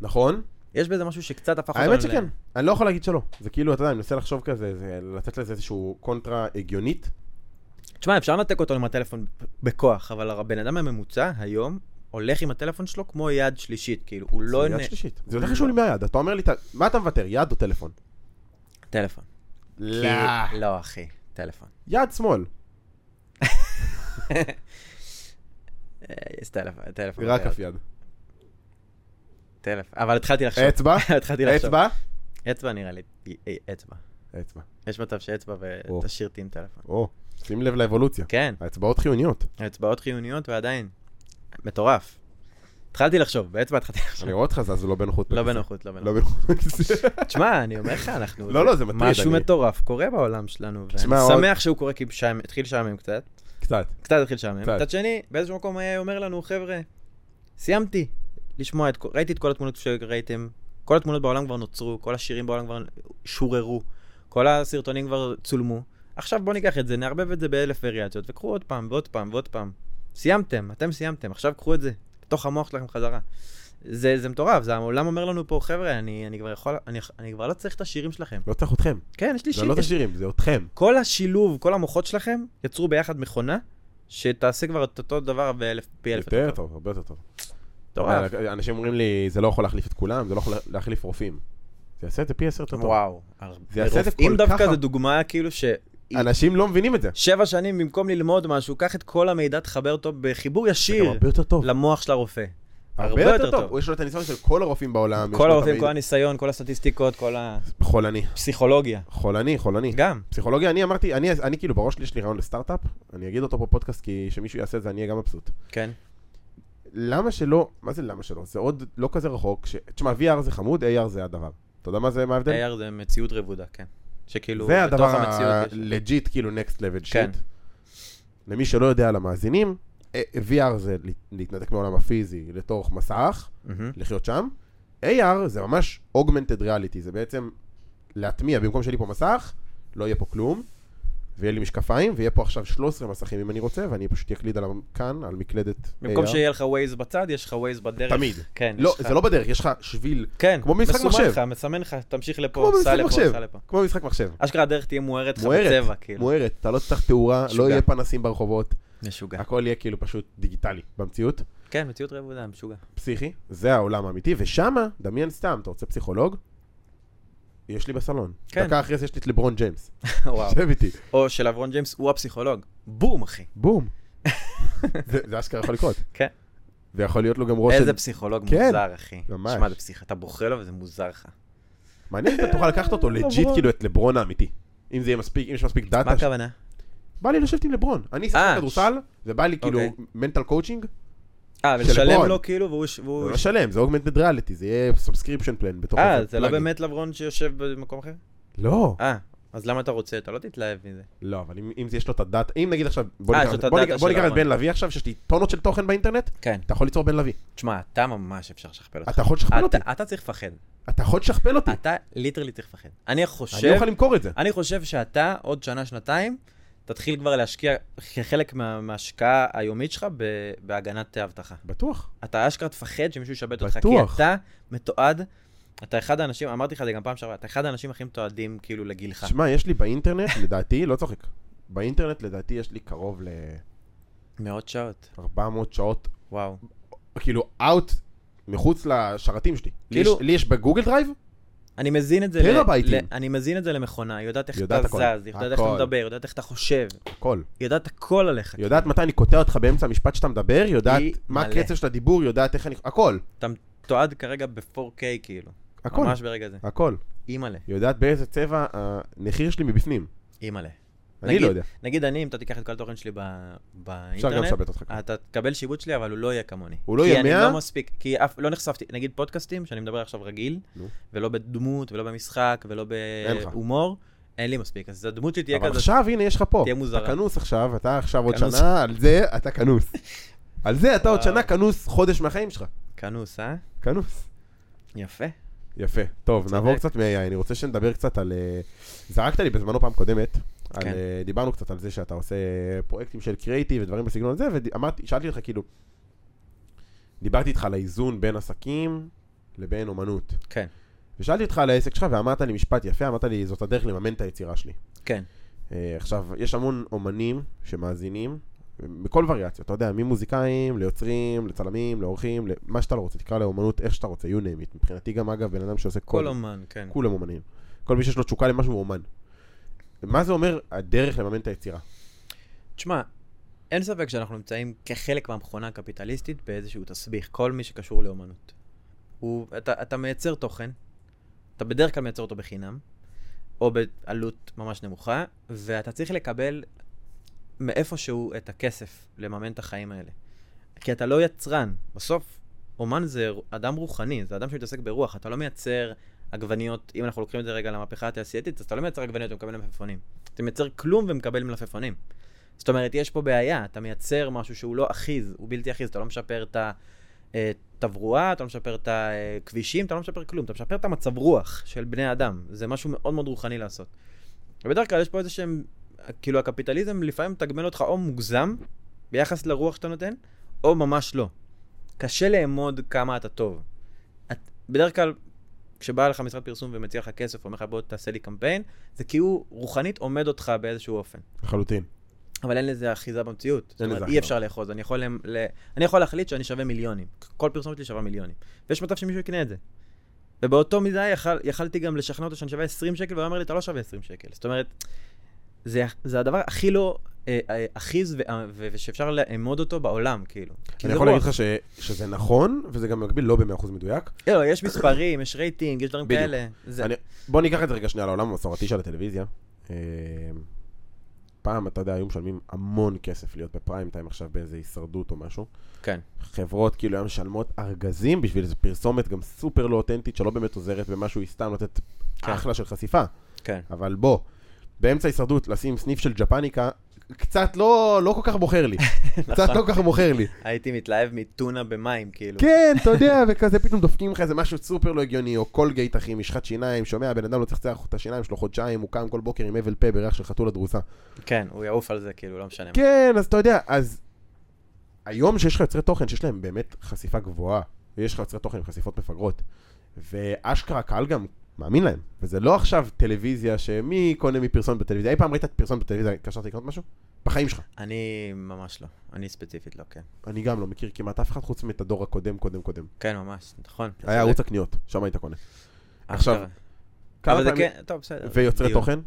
[SPEAKER 2] נכון?
[SPEAKER 1] יש בזה משהו שקצת הפך אותנו...
[SPEAKER 2] האמת
[SPEAKER 1] ל-
[SPEAKER 2] שכן. אני לא יכול להגיד שלא. זה כאילו, אתה יודע, אני מנסה לחשוב כזה, זה- לתת לזה איזשהו קונטרה הגיונית.
[SPEAKER 1] תשמע, אפשר לנתק אותו עם הטלפון בכוח, אבל הבן אדם הממוצע היום... הולך עם הטלפון שלו כמו יד שלישית, כאילו, הוא לא...
[SPEAKER 2] זה יד
[SPEAKER 1] נ-
[SPEAKER 2] שלישית. זה יותר חשוב לי מהיד, אתה אומר לי, ת- מה אתה מוותר, יד או טלפון?
[SPEAKER 1] טלפון.
[SPEAKER 2] לא.
[SPEAKER 1] כי- לא, אחי, טלפון.
[SPEAKER 2] יד שמאל.
[SPEAKER 1] אה, יש טלפון, טלפון.
[SPEAKER 2] רק
[SPEAKER 1] טלפון.
[SPEAKER 2] כף יד.
[SPEAKER 1] טלפון. אבל התחלתי לחשוב.
[SPEAKER 2] אצבע?
[SPEAKER 1] [LAUGHS] התחלתי לחשוב.
[SPEAKER 2] אצבע?
[SPEAKER 1] אצבע נראה לי. אה, אצבע.
[SPEAKER 2] אצבע.
[SPEAKER 1] יש מצב שאצבע
[SPEAKER 2] או.
[SPEAKER 1] ותשאירתי עם טלפון.
[SPEAKER 2] או, שים לב לאבולוציה.
[SPEAKER 1] כן,
[SPEAKER 2] האצבעות חיוניות.
[SPEAKER 1] האצבעות חיוניות ועדיין. מטורף. התחלתי לחשוב, באצבע התחלתי
[SPEAKER 2] אני
[SPEAKER 1] לחשוב.
[SPEAKER 2] רואה אותך זז, לא בנוחות.
[SPEAKER 1] לא
[SPEAKER 2] בכיסא.
[SPEAKER 1] בנוחות, לא
[SPEAKER 2] לא
[SPEAKER 1] בנוחות.
[SPEAKER 2] בנוחות. [LAUGHS] בכיסא.
[SPEAKER 1] תשמע, אני אומר לך, אנחנו...
[SPEAKER 2] לא, לא, זה מטריד.
[SPEAKER 1] משהו
[SPEAKER 2] אני-
[SPEAKER 1] מטורף קורה בעולם שלנו, ואני
[SPEAKER 2] תשמע, עוד-
[SPEAKER 1] שמח שהוא קורה כי שם- התחיל לשעמם קצת.
[SPEAKER 2] קצת.
[SPEAKER 1] קצת התחיל לשעמם.
[SPEAKER 2] קצת.
[SPEAKER 1] מצד שני, באיזשהו מקום היה אומר לנו, חבר'ה, סיימתי לשמוע את כל... ראיתי את כל התמונות שראיתם, כל התמונות בעולם כבר נוצרו, כל השירים בעולם כבר שוררו, כל הסרטונים כבר צולמו. עכשיו בואו ניקח את זה, נערבב את זה באלף וריאציות, וקחו עוד פעם ועוד פעם ועוד פעם. סיימתם, אתם סיימתם, עכשיו קחו את זה, לתוך המוח שלכם חזרה. זה, זה מטורף, זה העולם אומר לנו פה, חבר'ה, אני, אני כבר יכול, אני, אני כבר לא צריך את השירים שלכם.
[SPEAKER 2] לא צריך אתכם.
[SPEAKER 1] כן, יש לי
[SPEAKER 2] זה
[SPEAKER 1] שיר,
[SPEAKER 2] לא את השירים, זה אתכם.
[SPEAKER 1] כל השילוב, כל המוחות שלכם, יצרו ביחד מכונה, שתעשה כבר את אותו דבר באלף, פי אלף.
[SPEAKER 2] יותר טוב, הרבה יותר טוב.
[SPEAKER 1] מטורף.
[SPEAKER 2] אנשים אומרים לי, זה לא יכול להחליף את כולם, זה לא יכול להחליף רופאים. זה יעשה את זה פי עשר יותר טוב.
[SPEAKER 1] וואו.
[SPEAKER 2] זה יעשה את זה
[SPEAKER 1] אם
[SPEAKER 2] כל
[SPEAKER 1] דווקא
[SPEAKER 2] ככה.
[SPEAKER 1] זו דוגמה כאילו שבע
[SPEAKER 2] אנשים לא מבינים את זה.
[SPEAKER 1] שנים במקום ללמוד משהו, קח את כל המידע, תחבר אותו בחיבור
[SPEAKER 2] זה גם
[SPEAKER 1] ישיר
[SPEAKER 2] הרבה יותר טוב.
[SPEAKER 1] למוח של הרופא.
[SPEAKER 2] הרבה יותר טוב. הוא יש לו את הניסיון של כל הרופאים בעולם. יש לו
[SPEAKER 1] כל
[SPEAKER 2] את
[SPEAKER 1] הרופאים,
[SPEAKER 2] המידע.
[SPEAKER 1] כל הניסיון, כל הסטטיסטיקות, כל
[SPEAKER 2] חולני.
[SPEAKER 1] הפסיכולוגיה.
[SPEAKER 2] חולני, חולני.
[SPEAKER 1] גם.
[SPEAKER 2] פסיכולוגיה, אני אמרתי, אני, אני כאילו בראש שלי יש לי רעיון לסטארט-אפ, אני אגיד אותו בפודקאסט כי שמישהו יעשה את זה, אני אהיה גם מבסוט.
[SPEAKER 1] כן.
[SPEAKER 2] למה שלא, מה זה למה שלא? זה עוד לא כזה רחוק, ש... תשמע, VR זה חמוד, AR זה הדבר. אתה יודע מה זה, מה ההבדל?
[SPEAKER 1] AR זה מציאות רבודה, כן. שכאילו,
[SPEAKER 2] זה
[SPEAKER 1] בתוך
[SPEAKER 2] הדבר
[SPEAKER 1] המציאות יש-
[SPEAKER 2] הלג'יט, כאילו next level shit.
[SPEAKER 1] כן.
[SPEAKER 2] למי שלא יודע על המאזינים, אה, VR זה לה- להתנתק מהעולם הפיזי לתוך מסך,
[SPEAKER 1] מהמם.
[SPEAKER 2] לחיות שם. AR זה ממש augmented reality, זה בעצם להטמיע, במקום שיהיה לי פה מסך, לא יהיה פה כלום, ויהיה לי משקפיים, ויהיה פה עכשיו 13 מסכים אם אני רוצה, ואני פשוט אקליד על המ- כאן, על מקלדת AR.
[SPEAKER 1] במקום שיהיה לך Waze בצד, יש לך Waze בדרך.
[SPEAKER 2] תמיד.
[SPEAKER 1] כן.
[SPEAKER 2] לא,
[SPEAKER 1] יש לך-
[SPEAKER 2] זה לא בדרך, יש לך שביל,
[SPEAKER 1] כן,
[SPEAKER 2] כמו במשחק מחשב.
[SPEAKER 1] מסומן לך, מסמן לך, תמשיך
[SPEAKER 2] כמו
[SPEAKER 1] לפה, סע
[SPEAKER 2] במשחק
[SPEAKER 1] לפה,
[SPEAKER 2] מחשב,
[SPEAKER 1] סע לפה.
[SPEAKER 2] כמו במשחק מחשב.
[SPEAKER 1] אשכרה הדרך תהיה מוארת לך
[SPEAKER 2] מוארת,
[SPEAKER 1] בצבע, כאילו.
[SPEAKER 2] מוארת, אתה לא צריך תאורה,
[SPEAKER 1] משוגע.
[SPEAKER 2] לא יהיה פנסים ברחובות,
[SPEAKER 1] משוגע.
[SPEAKER 2] הכל יהיה כאילו פשוט דיגיטלי במציאות.
[SPEAKER 1] כן, מציאות רבודה, משוגע. [LAUGHS]
[SPEAKER 2] פסיכי, זה העולם האמיתי, ושמה, דמיין סתם, אתה רוצה פסיכולוג? יש לי בסלון.
[SPEAKER 1] כן.
[SPEAKER 2] דקה אחרי זה יש לי את לברון ג'יימס.
[SPEAKER 1] וואו.
[SPEAKER 2] שב איתי.
[SPEAKER 1] או של אברון ג'יימס, הוא הפסיכולוג. בום, אחי. [LAUGHS]
[SPEAKER 2] בום. זה זה אשכרה יכול לקרות.
[SPEAKER 1] כן.
[SPEAKER 2] ויכול להיות לו גם ראש...
[SPEAKER 1] איזה
[SPEAKER 2] של-
[SPEAKER 1] פסיכולוג
[SPEAKER 2] כן,
[SPEAKER 1] מוזר, אחי.
[SPEAKER 2] ממש.
[SPEAKER 1] שמע, זה פסיכ... אתה בוכה לו וזה מוזר לך.
[SPEAKER 2] מעניין אם אתה תוכל לקחת אותו לג'יט,
[SPEAKER 1] [LAUGHS] לברון.
[SPEAKER 2] כאילו את לברון האמיתי. אם זה יהיה מספיק, אם יש מספיק
[SPEAKER 1] מה
[SPEAKER 2] דאטה. ש-
[SPEAKER 1] הכוונה?
[SPEAKER 2] בא לי לשבת עם לברון. אני
[SPEAKER 1] אה,
[SPEAKER 2] אשחק כדורסל, ובא לי כאילו
[SPEAKER 1] אוקיי.
[SPEAKER 2] מנטל קואוצ'ינג.
[SPEAKER 1] אה,
[SPEAKER 2] של
[SPEAKER 1] ולשלם
[SPEAKER 2] לברון.
[SPEAKER 1] לו כאילו, והוא... ש- והוא...
[SPEAKER 2] זה לא שלם, זה אוגמנטד ריאליטי, זה יהיה סאבסקריפשן פלן בתוך...
[SPEAKER 1] אה,
[SPEAKER 2] הזה,
[SPEAKER 1] זה לא
[SPEAKER 2] פלאגים.
[SPEAKER 1] באמת לברון שיושב במקום אחר?
[SPEAKER 2] לא.
[SPEAKER 1] אה, אז למה אתה רוצה? אתה לא תתלהב מזה.
[SPEAKER 2] לא, אבל אם- אם זה יש לו את הדאטה, אם נגיד עכשיו, בוא
[SPEAKER 1] אה,
[SPEAKER 2] ניקח-
[SPEAKER 1] זאת
[SPEAKER 2] בוא
[SPEAKER 1] הדאטה
[SPEAKER 2] ניקח-
[SPEAKER 1] של
[SPEAKER 2] בוא ניקח את
[SPEAKER 1] לברון.
[SPEAKER 2] בן לביא עכשיו, שיש לי טונות של תוכן באינטרנט,
[SPEAKER 1] כן.
[SPEAKER 2] אתה יכול ליצור בן לביא.
[SPEAKER 1] תשמע, אתה ממש אפשר לשכפל אותך.
[SPEAKER 2] אתה לא יכול לשכפל אותי.
[SPEAKER 1] אה, אתה- אה, אתה צריך לפחד.
[SPEAKER 2] אתה יכול לשכפל אותי.
[SPEAKER 1] אתה ליטרלי צריך לפחד. אני
[SPEAKER 2] אני לא
[SPEAKER 1] חושב
[SPEAKER 2] יכול למכור את זה.
[SPEAKER 1] אני חושב שאתה, עוד שנה, שנתיים, תתחיל כבר להשקיע כחלק מה- מההשקעה היומית שלך ב- בהגנת האבטחה.
[SPEAKER 2] בטוח.
[SPEAKER 1] אתה אשכרה תפחד שמישהו ישבת אותך, כי
[SPEAKER 2] בטוח.
[SPEAKER 1] אתה מתועד, אתה אחד האנשים, אמרתי לך את זה גם פעם שעברה, אתה אחד האנשים הכי מתועדים כאילו לגילך.
[SPEAKER 2] שמע, יש לי באינטרנט, [LAUGHS] לדעתי, לא צוחק, באינטרנט לדעתי יש לי קרוב ל-400
[SPEAKER 1] מאות שעות,
[SPEAKER 2] שעות,
[SPEAKER 1] וואו.
[SPEAKER 2] כאילו, אאוט, מחוץ לשרתים שלי. לי יש-
[SPEAKER 1] כאילו-
[SPEAKER 2] לי יש בגוגל דרייב,
[SPEAKER 1] אני מזין את זה,
[SPEAKER 2] טראבייטים.
[SPEAKER 1] אני מזין את זה למכונה, היא יודעת איך
[SPEAKER 2] יודעת
[SPEAKER 1] אתה זז,
[SPEAKER 2] הכל.
[SPEAKER 1] היא יודעת איך אתה
[SPEAKER 2] הכל.
[SPEAKER 1] מדבר, היא יודעת איך אתה חושב,
[SPEAKER 2] הכל.
[SPEAKER 1] היא יודעת הכל עליך.
[SPEAKER 2] היא יודעת מתי אני קוטע אותך באמצע המשפט שאתה מדבר, היא יודעת
[SPEAKER 1] היא
[SPEAKER 2] מה
[SPEAKER 1] מלא.
[SPEAKER 2] הקצב של הדיבור, היא יודעת איך אני... הכל.
[SPEAKER 1] אתה מתועד כרגע ב-4K כאילו,
[SPEAKER 2] הכל.
[SPEAKER 1] ממש ברגע זה.
[SPEAKER 2] הכל.
[SPEAKER 1] אימא'לה,
[SPEAKER 2] היא יודעת באיזה צבע הנחיר שלי מבפנים.
[SPEAKER 1] אימא'לה.
[SPEAKER 2] אני
[SPEAKER 1] נגיד,
[SPEAKER 2] לא יודע.
[SPEAKER 1] נגיד אני, אם אתה תיקח את כל התוכן שלי ב-
[SPEAKER 2] אפשר גם
[SPEAKER 1] באינטרנט,
[SPEAKER 2] לשבת אותך. ככה.
[SPEAKER 1] אה, אתה תקבל שיבוץ שלי, אבל הוא לא יהיה כמוני.
[SPEAKER 2] הוא לא
[SPEAKER 1] כי
[SPEAKER 2] יהיה
[SPEAKER 1] אני
[SPEAKER 2] מאה?
[SPEAKER 1] לא מספיק, כי אף, לא נחשפתי, נגיד פודקאסטים, שאני מדבר עכשיו רגיל,
[SPEAKER 2] נו.
[SPEAKER 1] ולא בדמות, ולא במשחק, ולא
[SPEAKER 2] אין לך.
[SPEAKER 1] בהומור, אין לי מספיק. אז הדמות שלי תהיה
[SPEAKER 2] אבל
[SPEAKER 1] כזה,
[SPEAKER 2] עכשיו, הנה, יש לך פה.
[SPEAKER 1] תהיה מוזרה.
[SPEAKER 2] אתה כנוס עכשיו, אתה עכשיו עוד
[SPEAKER 1] כנוס.
[SPEAKER 2] שנה, על זה אתה
[SPEAKER 1] [LAUGHS]
[SPEAKER 2] כנוס. על זה אתה עוד
[SPEAKER 1] וואו.
[SPEAKER 2] שנה כנוס חודש מהחיים שלך.
[SPEAKER 1] כנוס, אה?
[SPEAKER 2] כנוס.
[SPEAKER 1] יפה.
[SPEAKER 2] יפה. טוב, נעבור
[SPEAKER 1] צודק.
[SPEAKER 2] קצת מ-AI. אני רוצה שנדבר קצת על... אה, זרקת לי בזמנו פעם קודמת, על,
[SPEAKER 1] כן.
[SPEAKER 2] אה, דיברנו קצת על זה שאתה עושה פרויקטים של קריאיטיב ודברים בסגנון הזה, ואמרתי, שאלתי אותך כאילו, דיברתי איתך על האיזון בין עסקים לבין אומנות.
[SPEAKER 1] כן,
[SPEAKER 2] ושאלתי אותך על העסק שלך ואמרת לי משפט יפה, אמרת לי, זאת הדרך לממן את היצירה שלי.
[SPEAKER 1] כן.
[SPEAKER 2] אה, עכשיו, יש המון אומנים שמאזינים, מכל וריאציה, אתה יודע, ממוזיקאים, ליוצרים, לצלמים, לעורכים, למה שאתה לא רוצה, תקרא לאומנות איך שאתה רוצה, you name it. מבחינתי גם, אגב, בן אדם שעושה
[SPEAKER 1] כל
[SPEAKER 2] כל...
[SPEAKER 1] אומן, כן.
[SPEAKER 2] כולם אומנים. כל מי שיש לו תשוקה למשהו הוא אומן. מה זה אומר הדרך לממן את היצירה?
[SPEAKER 1] תשמע, אין ספק שאנחנו נמצאים כחלק מהמכונה הקפיטליסטית באיזשהו תסביך, כל מי שקשור לאומנות. הוא, אתה, אתה מייצר תוכן, אתה בדרך כלל מייצר אותו בחינם, או בעלות ממש נמוכה, ואתה צריך לקבל מאיפשהו את הכסף לממן את החיים האלה. כי אתה לא יצרן, בסוף אומן זה אדם רוחני, זה אדם שמתעסק ברוח, אתה לא מייצר עגבניות, אם אנחנו לוקחים את זה רגע למהפכה התעשייתית, אז אתה לא מייצר עגבניות ומקבל מלפפונים. אתה מייצר כלום ומקבל מלפפונים. זאת אומרת, יש פה בעיה, אתה מייצר משהו שהוא לא אחיז, הוא בלתי אחיז, אתה לא משפר את התברואה, אתה לא משפר את הכבישים, אתה לא משפר כלום, אתה משפר את המצב רוח של בני אדם, זה משהו מאוד מאוד רוחני לעשות. ובדרך כלל יש פה איזה שהם, כאילו הקפיטליזם לפעמים מתגמל אותך או מוגזם, ביחס לרוח שאתה נותן, או ממש לא. קשה לאמוד כמה אתה טוב. את, בדרך כלל, כשבא לך משרד פרסום ומציע לך כסף, אומר לך בוא תעשה לי קמפיין, זה כי הוא רוחנית עומד אותך באיזשהו אופן.
[SPEAKER 2] לחלוטין.
[SPEAKER 1] אבל אין לזה אחיזה במציאות. זאת
[SPEAKER 2] אין
[SPEAKER 1] אומרת,
[SPEAKER 2] לזה
[SPEAKER 1] אי
[SPEAKER 2] אחיזה.
[SPEAKER 1] אפשר לאחוז. אני יכול, למ- ל... אני יכול להחליט שאני שווה מיליונים. כל פרסומת שלי שווה מיליונים. ויש מצב שמישהו יקנה את זה. ובאותו מידה יכל, יכלתי גם לשכנע אותו שאני שווה 20 שקל, והוא אומר לי, אתה לא שווה 20 שקל. זאת אומרת, זה, זה הדבר הכי לא אה, אה, אחיז ו, אה, ו, ושאפשר לאמוד אותו בעולם, כאילו. כי
[SPEAKER 2] אני
[SPEAKER 1] זה
[SPEAKER 2] יכול
[SPEAKER 1] רוח.
[SPEAKER 2] להגיד לך ש, שזה נכון, וזה גם במקביל לא ב-100% מדויק.
[SPEAKER 1] לא, יש מספרים, יש רייטינג, יש דברים
[SPEAKER 2] בדיוק.
[SPEAKER 1] כאלה. זה...
[SPEAKER 2] אני, בוא ניקח את זה רגע שנייה לעולם המסורתי של הטלוויזיה. אה, פעם, אתה יודע, היו משלמים המון כסף להיות בפריים טיים עכשיו באיזה הישרדות או משהו.
[SPEAKER 1] כן.
[SPEAKER 2] חברות כאילו היו משלמות ארגזים בשביל איזו פרסומת גם סופר לא אותנטית, שלא באמת עוזרת במשהו, היא סתם נותנת
[SPEAKER 1] כן.
[SPEAKER 2] אחלה של חשיפה.
[SPEAKER 1] כן.
[SPEAKER 2] אבל בוא, באמצע הישרדות לשים סניף של ג'פניקה, קצת לא, לא כל כך בוחר לי. קצת לא כל כך בוחר לי.
[SPEAKER 1] הייתי מתלהב מטונה במים, כאילו.
[SPEAKER 2] כן, אתה יודע, וכזה פתאום דופקים לך איזה משהו סופר לא הגיוני, או קולגייט אחי, משחת שיניים, שומע, הבן אדם לא צריך לצלח את השיניים שלו חודשיים, הוא קם כל בוקר עם הבל פה בריח של חתול הדרוסה.
[SPEAKER 1] כן, הוא יעוף על זה, כאילו, לא משנה.
[SPEAKER 2] כן, אז אתה יודע, אז היום שיש לך יוצרי תוכן שיש להם באמת חשיפה גבוהה, ויש לך יוצרי תוכן עם חשיפות מפגרות, ואשכרה הקהל גם מאמין להם, וזה לא עכשיו טלוויזיה שמי קונה מפרסומת בטלוויזיה, אי פעם ראית פרסומת בטלוויזיה, התקשרת לקנות משהו? בחיים שלך.
[SPEAKER 1] אני ממש לא. אני ספציפית לא, כן.
[SPEAKER 2] אני גם לא מכיר כמעט אף אחד חוץ מאת הדור הקודם, קודם, קודם.
[SPEAKER 1] כן, ממש, נכון. אתה
[SPEAKER 2] היה
[SPEAKER 1] צודק.
[SPEAKER 2] ערוץ הקניות, שם היית קונה. עכשיו,
[SPEAKER 1] אשכרה.
[SPEAKER 2] כמה
[SPEAKER 1] אבל זה
[SPEAKER 2] פעמים-
[SPEAKER 1] כן, טוב, בסדר.
[SPEAKER 2] ויוצרי
[SPEAKER 1] דיון.
[SPEAKER 2] תוכן?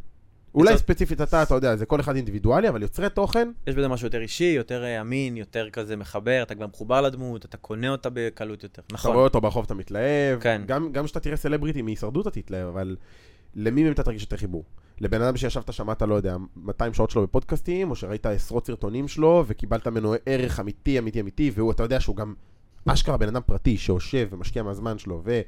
[SPEAKER 2] אולי
[SPEAKER 1] יוצר-
[SPEAKER 2] ספציפית אתה, אתה יודע, זה כל אחד אינדיבידואלי, אבל יוצרי תוכן,
[SPEAKER 1] יש בזה משהו יותר אישי, יותר אה, אמין, יותר כזה מחבר, אתה כבר מחובר לדמות, אתה קונה אותה בקלות יותר.
[SPEAKER 2] אתה רואה
[SPEAKER 1] נכון.
[SPEAKER 2] אותו ברחוב, אתה מתלהב.
[SPEAKER 1] כן.
[SPEAKER 2] גם גם כשאתה תראה סלבריטי מהישרדות אתה תתלהב, אבל למי מהם אתה תרגיש יותר חיבור? לבן אדם שישבת, שמעת, לא יודע, 200 שעות שלו בפודקאסטים, או שראית עשרות סרטונים שלו, וקיבלת ממנו ערך אמיתי, אמיתי, אמיתי, והוא, אתה יודע שהוא גם אשכרה בן אדם פרטי, שיושב ומשקיע מהזמן שלו, ו...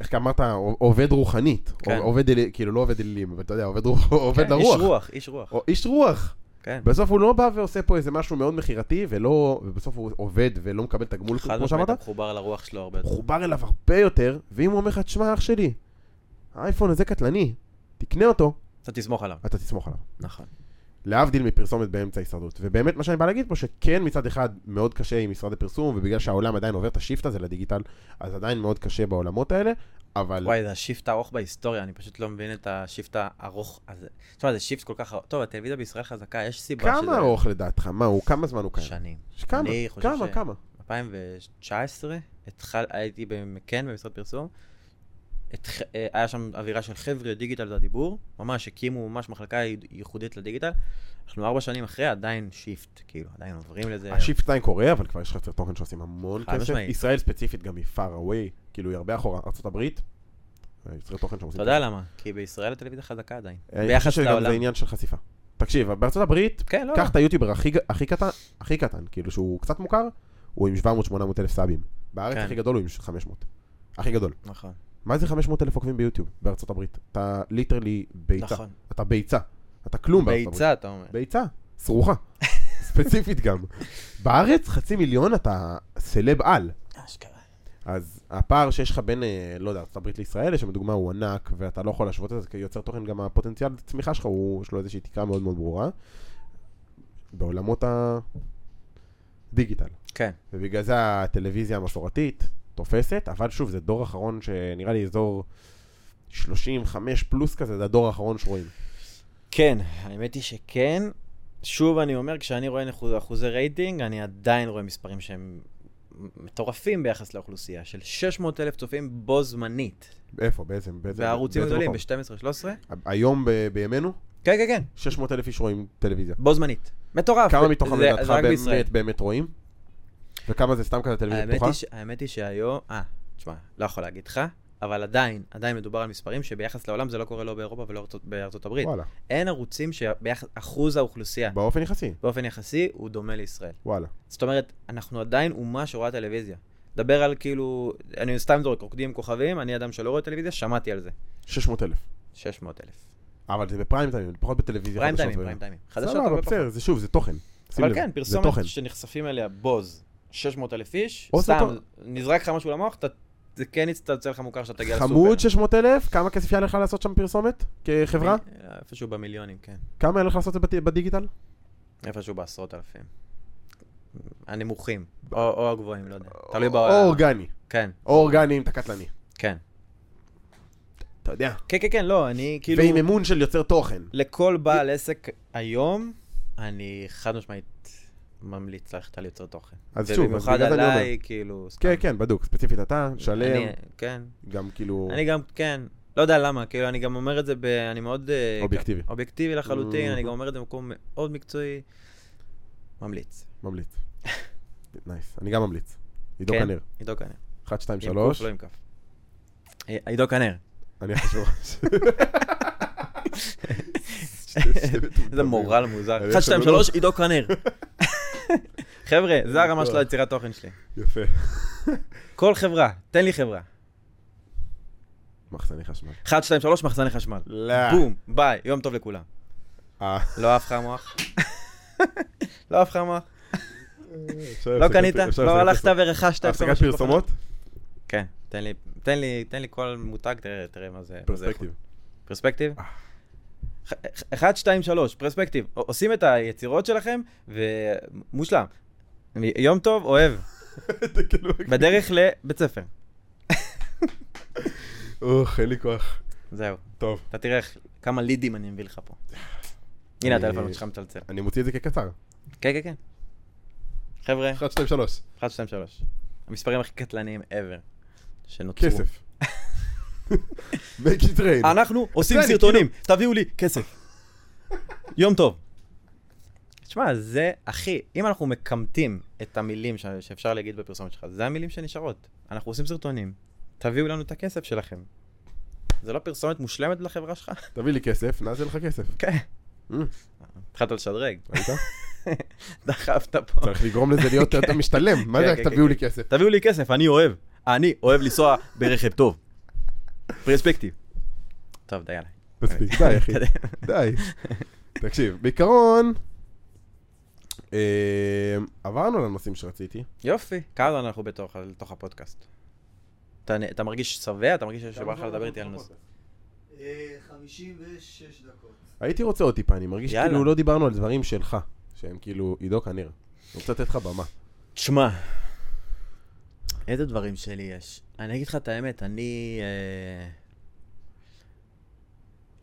[SPEAKER 2] איך אמרת, עובד רוחנית.
[SPEAKER 1] כן.
[SPEAKER 2] עובד, אל- כאילו, לא עובד אלילים, אבל אתה יודע, עובד רוח- עובד
[SPEAKER 1] כן, איש
[SPEAKER 2] לרוח.
[SPEAKER 1] רוח, איש רוח.
[SPEAKER 2] או- איש רוח.
[SPEAKER 1] כן,
[SPEAKER 2] בסוף הוא לא בא ועושה פה איזה משהו מאוד מכירתי, ולא, ובסוף הוא עובד ולא מקבל תגמול,
[SPEAKER 1] חד
[SPEAKER 2] כמו
[SPEAKER 1] משמעית
[SPEAKER 2] שאמרת,
[SPEAKER 1] אתה מחובר לרוח שלו הרבה יותר.
[SPEAKER 2] הוא חובר אליו הרבה יותר, ואם הוא אומר לך, תשמע אח שלי, האייפון הזה קטלני, תקנה אותו,
[SPEAKER 1] אתה תסמוך עליו.
[SPEAKER 2] אתה תסמוך עליו.
[SPEAKER 1] נכון.
[SPEAKER 2] להבדיל מפרסומת באמצע ההישרדות. ובאמת מה שאני בא להגיד פה, שכן מצד אחד מאוד קשה עם משרד הפרסום, ובגלל שהעולם עדיין עובר את השיפט הזה לדיגיטל, אז עדיין מאוד קשה בעולמות האלה, אבל...
[SPEAKER 1] וואי, זה השיפט הארוך בהיסטוריה, אני פשוט לא מבין את השיפט הארוך הזה. תשמע, זה שיפט כל כך ארוך. טוב, הטלוויזיה בישראל חזקה, יש סיבה שזה...
[SPEAKER 2] כמה ארוך לדעתך? מה הוא? כמה זמן הוא קיים?
[SPEAKER 1] שנים.
[SPEAKER 2] כמה?
[SPEAKER 1] אני חושב
[SPEAKER 2] כמה?
[SPEAKER 1] ש-
[SPEAKER 2] כמה?
[SPEAKER 1] 2019, התחל, הייתי במקן במשרד פרסום, התח... אה, היה שם אווירה של חבר'ה, דיגיטל זה הדיבור, ממש הקימו ממש מחלקה י- ייחודית לדיגיטל. אנחנו ארבע שנים אחרי, עדיין שיפט, כאילו, עדיין עוברים לזה.
[SPEAKER 2] השיפט עדיין קורה, אבל כבר יש לך יוצרי תוכן שעושים המון
[SPEAKER 1] חד
[SPEAKER 2] כסף.
[SPEAKER 1] משמעית.
[SPEAKER 2] ישראל ספציפית גם היא far away, כאילו היא הרבה אחורה, ארה"ב, יוצרי תוכן שעושים
[SPEAKER 1] אתה יודע למה? כי בישראל הטלוויזיה חזקה עדיין.
[SPEAKER 2] אה, אני חושב
[SPEAKER 1] ביחס
[SPEAKER 2] שגם זה
[SPEAKER 1] לעולם.
[SPEAKER 2] עניין של חשיפה. תקשיב, בארצות הברית,
[SPEAKER 1] כן, לא, לא.
[SPEAKER 2] קח את היוטיובר הכי ג- הכי קטן, הכי קטן, כאילו שהוא קצת מוכר, הוא עם 700-800 אלף סאבים. בארץ
[SPEAKER 1] כן.
[SPEAKER 2] הכי גדול הוא עם 500. הכי גדול.
[SPEAKER 1] נכון,
[SPEAKER 2] מה זה 500 אלף עוקבים ביוטיוב בארצות הברית? אתה ליטרלי ביצה.
[SPEAKER 1] נכון.
[SPEAKER 2] אתה ביצה. אתה כלום בארצות הברית.
[SPEAKER 1] ביצה, אתה אומר.
[SPEAKER 2] ביצה, סרוחה. [LAUGHS] ספציפית גם. בארץ, חצי מיליון אתה סלב על.
[SPEAKER 1] אשכרה.
[SPEAKER 2] אז הפער שיש לך בין, אה, לא יודע, ארה"ב לישראל, שבדוגמה הוא ענק, ואתה לא יכול להשוות את זה, כי יוצר תוכן, גם הפוטנציאל הצמיחה שלך, הוא, יש לו איזושהי תקרה מאוד מאוד ברורה. בעולמות הדיגיטל.
[SPEAKER 1] כן,
[SPEAKER 2] ובגלל זה הטלוויזיה המסורתית תופסת, אבל שוב, זה דור אחרון שנראה לי אזור 35 פלוס כזה, זה הדור האחרון שרואים.
[SPEAKER 1] כן, האמת היא שכן. שוב אני אומר, כשאני רואה אחוז- אחוזי רייטינג, אני עדיין רואה מספרים שהם מטורפים ביחס לאוכלוסייה, של 600 אלף צופים בו זמנית.
[SPEAKER 2] איפה? באיזה? באיזה-
[SPEAKER 1] והערוצים
[SPEAKER 2] באיזה
[SPEAKER 1] הגדולים
[SPEAKER 2] מקום?
[SPEAKER 1] ב-12-13?
[SPEAKER 2] היום ב- בימינו,
[SPEAKER 1] כן, כן, כן,
[SPEAKER 2] 600 אלף איש רואים טלוויזיה.
[SPEAKER 1] בו זמנית. מטורף.
[SPEAKER 2] כמה
[SPEAKER 1] זה-
[SPEAKER 2] מתוכם
[SPEAKER 1] זה
[SPEAKER 2] לדעתך
[SPEAKER 1] רק בישראל.
[SPEAKER 2] באמת באמת רואים? וכמה זה סתם כזה טלוויזיה
[SPEAKER 1] האמת
[SPEAKER 2] פתוחה?
[SPEAKER 1] היא, ש... האמת היא שהיום, אה, תשמע, לא יכול להגיד לך, אבל עדיין, עדיין מדובר על מספרים שביחס לעולם זה לא קורה לא באירופה ולא ארצות- בארצות הברית.
[SPEAKER 2] וואלה,
[SPEAKER 1] אין ערוצים שאחוז האוכלוסייה
[SPEAKER 2] באופן יחסי,
[SPEAKER 1] באופן יחסי הוא דומה לישראל.
[SPEAKER 2] וואלה.
[SPEAKER 1] זאת אומרת, אנחנו עדיין אומה שרואה טלוויזיה. דבר על כאילו, אני סתם זורק, רוקדים עם כוכבים, אני אדם שלא רואה טלוויזיה, שמעתי על זה.
[SPEAKER 2] 600 אלף.
[SPEAKER 1] 600 אלף.
[SPEAKER 2] אבל זה בפריים טיימים, פחות בטלוויזיה.
[SPEAKER 1] פריים
[SPEAKER 2] חדשות
[SPEAKER 1] טיימים,
[SPEAKER 2] ו-
[SPEAKER 1] פריים טיימים. חדשות
[SPEAKER 2] סבבה,
[SPEAKER 1] הרבה פחות.
[SPEAKER 2] בסדר, זה שוב, זה תוכן. שים
[SPEAKER 1] אבל
[SPEAKER 2] לב,
[SPEAKER 1] כן,
[SPEAKER 2] זה
[SPEAKER 1] פרסומת
[SPEAKER 2] תוכן.
[SPEAKER 1] שנחשפים אליה בוז, 600 אלף איש,
[SPEAKER 2] או זה
[SPEAKER 1] סתם,
[SPEAKER 2] טוב.
[SPEAKER 1] נזרק לך משהו למוח, אתה- זה כן יצטלצל לך מוכר שאתה תגיע לסופר.
[SPEAKER 2] חמוד 600 אלף, כמה כסף יעלה לך לעשות שם פרסומת? כחברה?
[SPEAKER 1] אה, איפשהו במיליונים, כן.
[SPEAKER 2] כמה יעלה לך לעשות את זה בט- בדיגיטל?
[SPEAKER 1] איפשהו בעשרות אלפים. הנמוכים, או או הגבוהים, לא יודע. תלוי
[SPEAKER 2] או
[SPEAKER 1] בעולם.
[SPEAKER 2] אורגני.
[SPEAKER 1] כן,
[SPEAKER 2] או אורגני עם תקטלני.
[SPEAKER 1] כן.
[SPEAKER 2] אתה יודע.
[SPEAKER 1] כן, כן, כן, לא, אני כאילו...
[SPEAKER 2] ועם אמון של יוצר תוכן.
[SPEAKER 1] לכל בעל עסק היום, אני חד משמעית ממליץ ללכת על יוצר תוכן.
[SPEAKER 2] אז שוב, אז
[SPEAKER 1] ובמיוחד
[SPEAKER 2] בגלל זה אני אומר.
[SPEAKER 1] עליי, כאילו... סתם.
[SPEAKER 2] כן, כן, בדוק. ספציפית אתה, שלם,
[SPEAKER 1] אני- כן.
[SPEAKER 2] גם כאילו...
[SPEAKER 1] אני גם, כן. לא יודע למה, כאילו, אני גם אומר את זה ב... אני מאוד... אה,
[SPEAKER 2] אובייקטיבי.
[SPEAKER 1] כ- אובייקטיבי לחלוטין,
[SPEAKER 2] Mhm.
[SPEAKER 1] אני גם אומר את זה במקום מאוד מקצועי. ממליץ. [LAUGHS]
[SPEAKER 2] ממליץ. נייס. אני גם ממליץ. עידו
[SPEAKER 1] כן.
[SPEAKER 2] כנר.
[SPEAKER 1] עידו כנר.
[SPEAKER 2] 1, 2,
[SPEAKER 1] עם
[SPEAKER 2] 3.
[SPEAKER 1] קוף, לא עם כף. אה, עידו
[SPEAKER 2] [LAUGHS]
[SPEAKER 1] כנר.
[SPEAKER 2] אני חשוב.
[SPEAKER 1] איזה מורל מוזר.
[SPEAKER 2] אני
[SPEAKER 1] 1, 2,
[SPEAKER 2] אפילו לא-
[SPEAKER 1] 3, עידו
[SPEAKER 2] [LAUGHS]
[SPEAKER 1] כנר. חבר'ה, זה הרמה של
[SPEAKER 2] טוב.
[SPEAKER 1] היצירת תוכן שלי.
[SPEAKER 2] יפה.
[SPEAKER 1] כל חברה, תן לי חברה.
[SPEAKER 2] מחסני חשמל.
[SPEAKER 1] 1, 2, 3, מחסני חשמל.
[SPEAKER 2] לא.
[SPEAKER 1] בום, ביי, יום טוב לכולם.
[SPEAKER 2] אה,
[SPEAKER 1] לא עף לך המוח. לא עף לך המוח.
[SPEAKER 2] אפשר
[SPEAKER 1] לא
[SPEAKER 2] להפסיק-
[SPEAKER 1] קנית,
[SPEAKER 2] אפשר
[SPEAKER 1] לא
[SPEAKER 2] להפסיק
[SPEAKER 1] הלכת
[SPEAKER 2] פרסומות.
[SPEAKER 1] ורכשת את כל מה
[SPEAKER 2] הפסקת
[SPEAKER 1] שבחנות.
[SPEAKER 2] פרסומות?
[SPEAKER 1] כן, תן לי, תן לי, תן לי כל מותג, תראה, תראה מה זה. מה זה
[SPEAKER 2] פרספקטיב.
[SPEAKER 1] יכול. פרספקטיב?
[SPEAKER 2] אה.
[SPEAKER 1] 1, 2, 3, פרספקטיב. ע- עושים את היצירות שלכם, ומושלם. מ- יום טוב, אוהב.
[SPEAKER 2] זה כאילו- [LAUGHS]
[SPEAKER 1] בדרך לבית ספר.
[SPEAKER 2] אוח, אין לי כוח.
[SPEAKER 1] זהו.
[SPEAKER 2] טוב.
[SPEAKER 1] אתה תראה איך- כמה לידים אני מביא לך פה. הנה
[SPEAKER 2] אני-
[SPEAKER 1] הטלפון שלך מצלצל.
[SPEAKER 2] אני מוציא את זה כקצר.
[SPEAKER 1] כן, כן, כן. חבר'ה,
[SPEAKER 2] 1, 2, 3.
[SPEAKER 1] 1, 2, 3. המספרים הכי קטלניים ever שנוצרו.
[SPEAKER 2] כסף. make it rain.
[SPEAKER 1] אנחנו עושים
[SPEAKER 2] אני, כאילו.
[SPEAKER 1] סרטונים, תביאו לי כסף. יום טוב. תשמע, זה, אחי, אם אנחנו מקמטים את המילים ש- שאפשר להגיד בפרסומת שלך, זה המילים שנשארות. אנחנו עושים סרטונים, תביאו לנו את הכסף שלכם. זה לא פרסומת מושלמת לחברה שלך? [LAUGHS]
[SPEAKER 2] תביא לי כסף, נעשה לך כסף.
[SPEAKER 1] כן.
[SPEAKER 2] Mm,
[SPEAKER 1] התחלת לשדרג, [LAUGHS]
[SPEAKER 2] ראית?
[SPEAKER 1] דחפת פה.
[SPEAKER 2] צריך לגרום לזה להיות יותר משתלם. מה
[SPEAKER 1] כן,
[SPEAKER 2] זה רק
[SPEAKER 1] כן,
[SPEAKER 2] תביאו
[SPEAKER 1] כן,
[SPEAKER 2] לי כסף?
[SPEAKER 1] תביאו לי כסף, אני אוהב. אני אוהב לנסוע ברכב טוב. פרספקטיב. טוב, די עליי.
[SPEAKER 2] מספיק, די
[SPEAKER 1] [LAUGHS]
[SPEAKER 2] אחי, די. תקשיב, בעיקרון, אה, עברנו לנושאים שרציתי.
[SPEAKER 1] יופי, כמה זמן אנחנו בתוך, לתוך הפודקאסט? אתה, אתה מרגיש שבע? אתה מרגיש שבא לך לדבר איתי על נושא?
[SPEAKER 3] אה, 56 דקות.
[SPEAKER 2] הייתי רוצה עוד טיפה, אני מרגיש
[SPEAKER 1] יאללה.
[SPEAKER 2] כאילו לא דיברנו על דברים שלך, שהם כאילו עידו כנר. אני רוצה לתת לך במה.
[SPEAKER 1] תשמע, איזה דברים שלי יש? אני אגיד לך את האמת, אני... אה...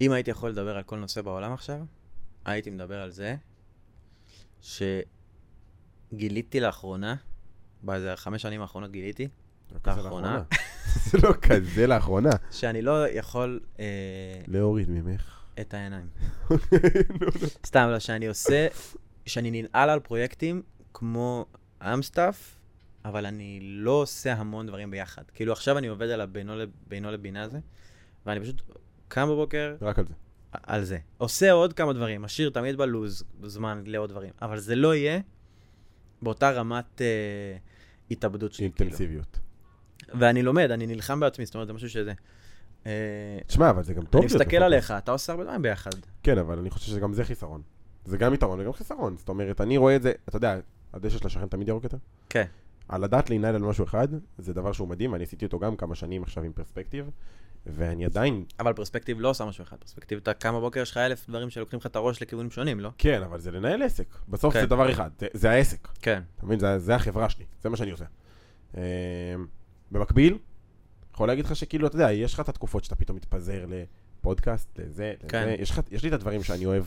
[SPEAKER 1] אם הייתי יכול לדבר על כל נושא בעולם עכשיו, הייתי מדבר על זה שגיליתי לאחרונה, באיזה חמש שנים האחרונות גיליתי,
[SPEAKER 2] לא כזה
[SPEAKER 1] לאחרונה.
[SPEAKER 2] לאחרונה. [LAUGHS] זה לא כזה לאחרונה.
[SPEAKER 1] שאני לא יכול אה,
[SPEAKER 2] להוריד ממך.
[SPEAKER 1] את העיניים.
[SPEAKER 2] נו, אוקיי, נו.
[SPEAKER 1] סתם, לא, שאני עושה, שאני ננעל על פרויקטים כמו אמסטאף, אבל אני לא עושה המון דברים ביחד. כאילו עכשיו אני עובד על הבינו לב- בינו לבינה הזה, ואני פשוט קם בבוקר
[SPEAKER 2] רק על זה.
[SPEAKER 1] על זה. עושה עוד כמה דברים, משאיר תמיד בלוז זמן לעוד דברים, אבל זה לא יהיה באותה רמת אה, התאבדות שלי. כאילו.
[SPEAKER 2] אינטנסיביות.
[SPEAKER 1] ואני לומד, אני נלחם בעצמי, זאת אומרת, זה משהו שזה. אה,
[SPEAKER 2] תשמע, אבל זה גם טוב.
[SPEAKER 1] אני
[SPEAKER 2] להיות
[SPEAKER 1] מסתכל
[SPEAKER 2] בפוקוס.
[SPEAKER 1] עליך, אתה עושה הרבה דברים ביחד.
[SPEAKER 2] כן, אבל אני חושב שגם זה חיסרון. זה גם יתרון וגם חיסרון. זאת אומרת, אני רואה את זה, אתה יודע, הדשא של השכן תמיד ירוק יותר.
[SPEAKER 1] כן.
[SPEAKER 2] על לדעת להינעל על משהו אחד, זה דבר שהוא מדהים, ואני עשיתי אותו גם כמה שנים עכשיו עם פרספקטיב, ואני עדיין,
[SPEAKER 1] אבל פרספקטיב לא עושה משהו אחד, פרספקטיב אתה קם בבוקר, יש לך אלף דברים שלוקחים לך את הראש לכיוונים שונים, לא?
[SPEAKER 2] כן, אבל זה לנהל עסק. בסוף
[SPEAKER 1] כן.
[SPEAKER 2] זה דבר אחד, זה, זה העסק.
[SPEAKER 1] כן.
[SPEAKER 2] אתה מבין? זה, זה החברה שלי, זה מה שאני עושה. אמ, במקביל, יכול להגיד לך שכאילו, אתה יודע, יש לך את התקופות שאתה פתאום מתפזר לפודקאסט, לזה, לזה.
[SPEAKER 1] כן.
[SPEAKER 2] יש, לך, יש לי את הדברים שאני אוהב.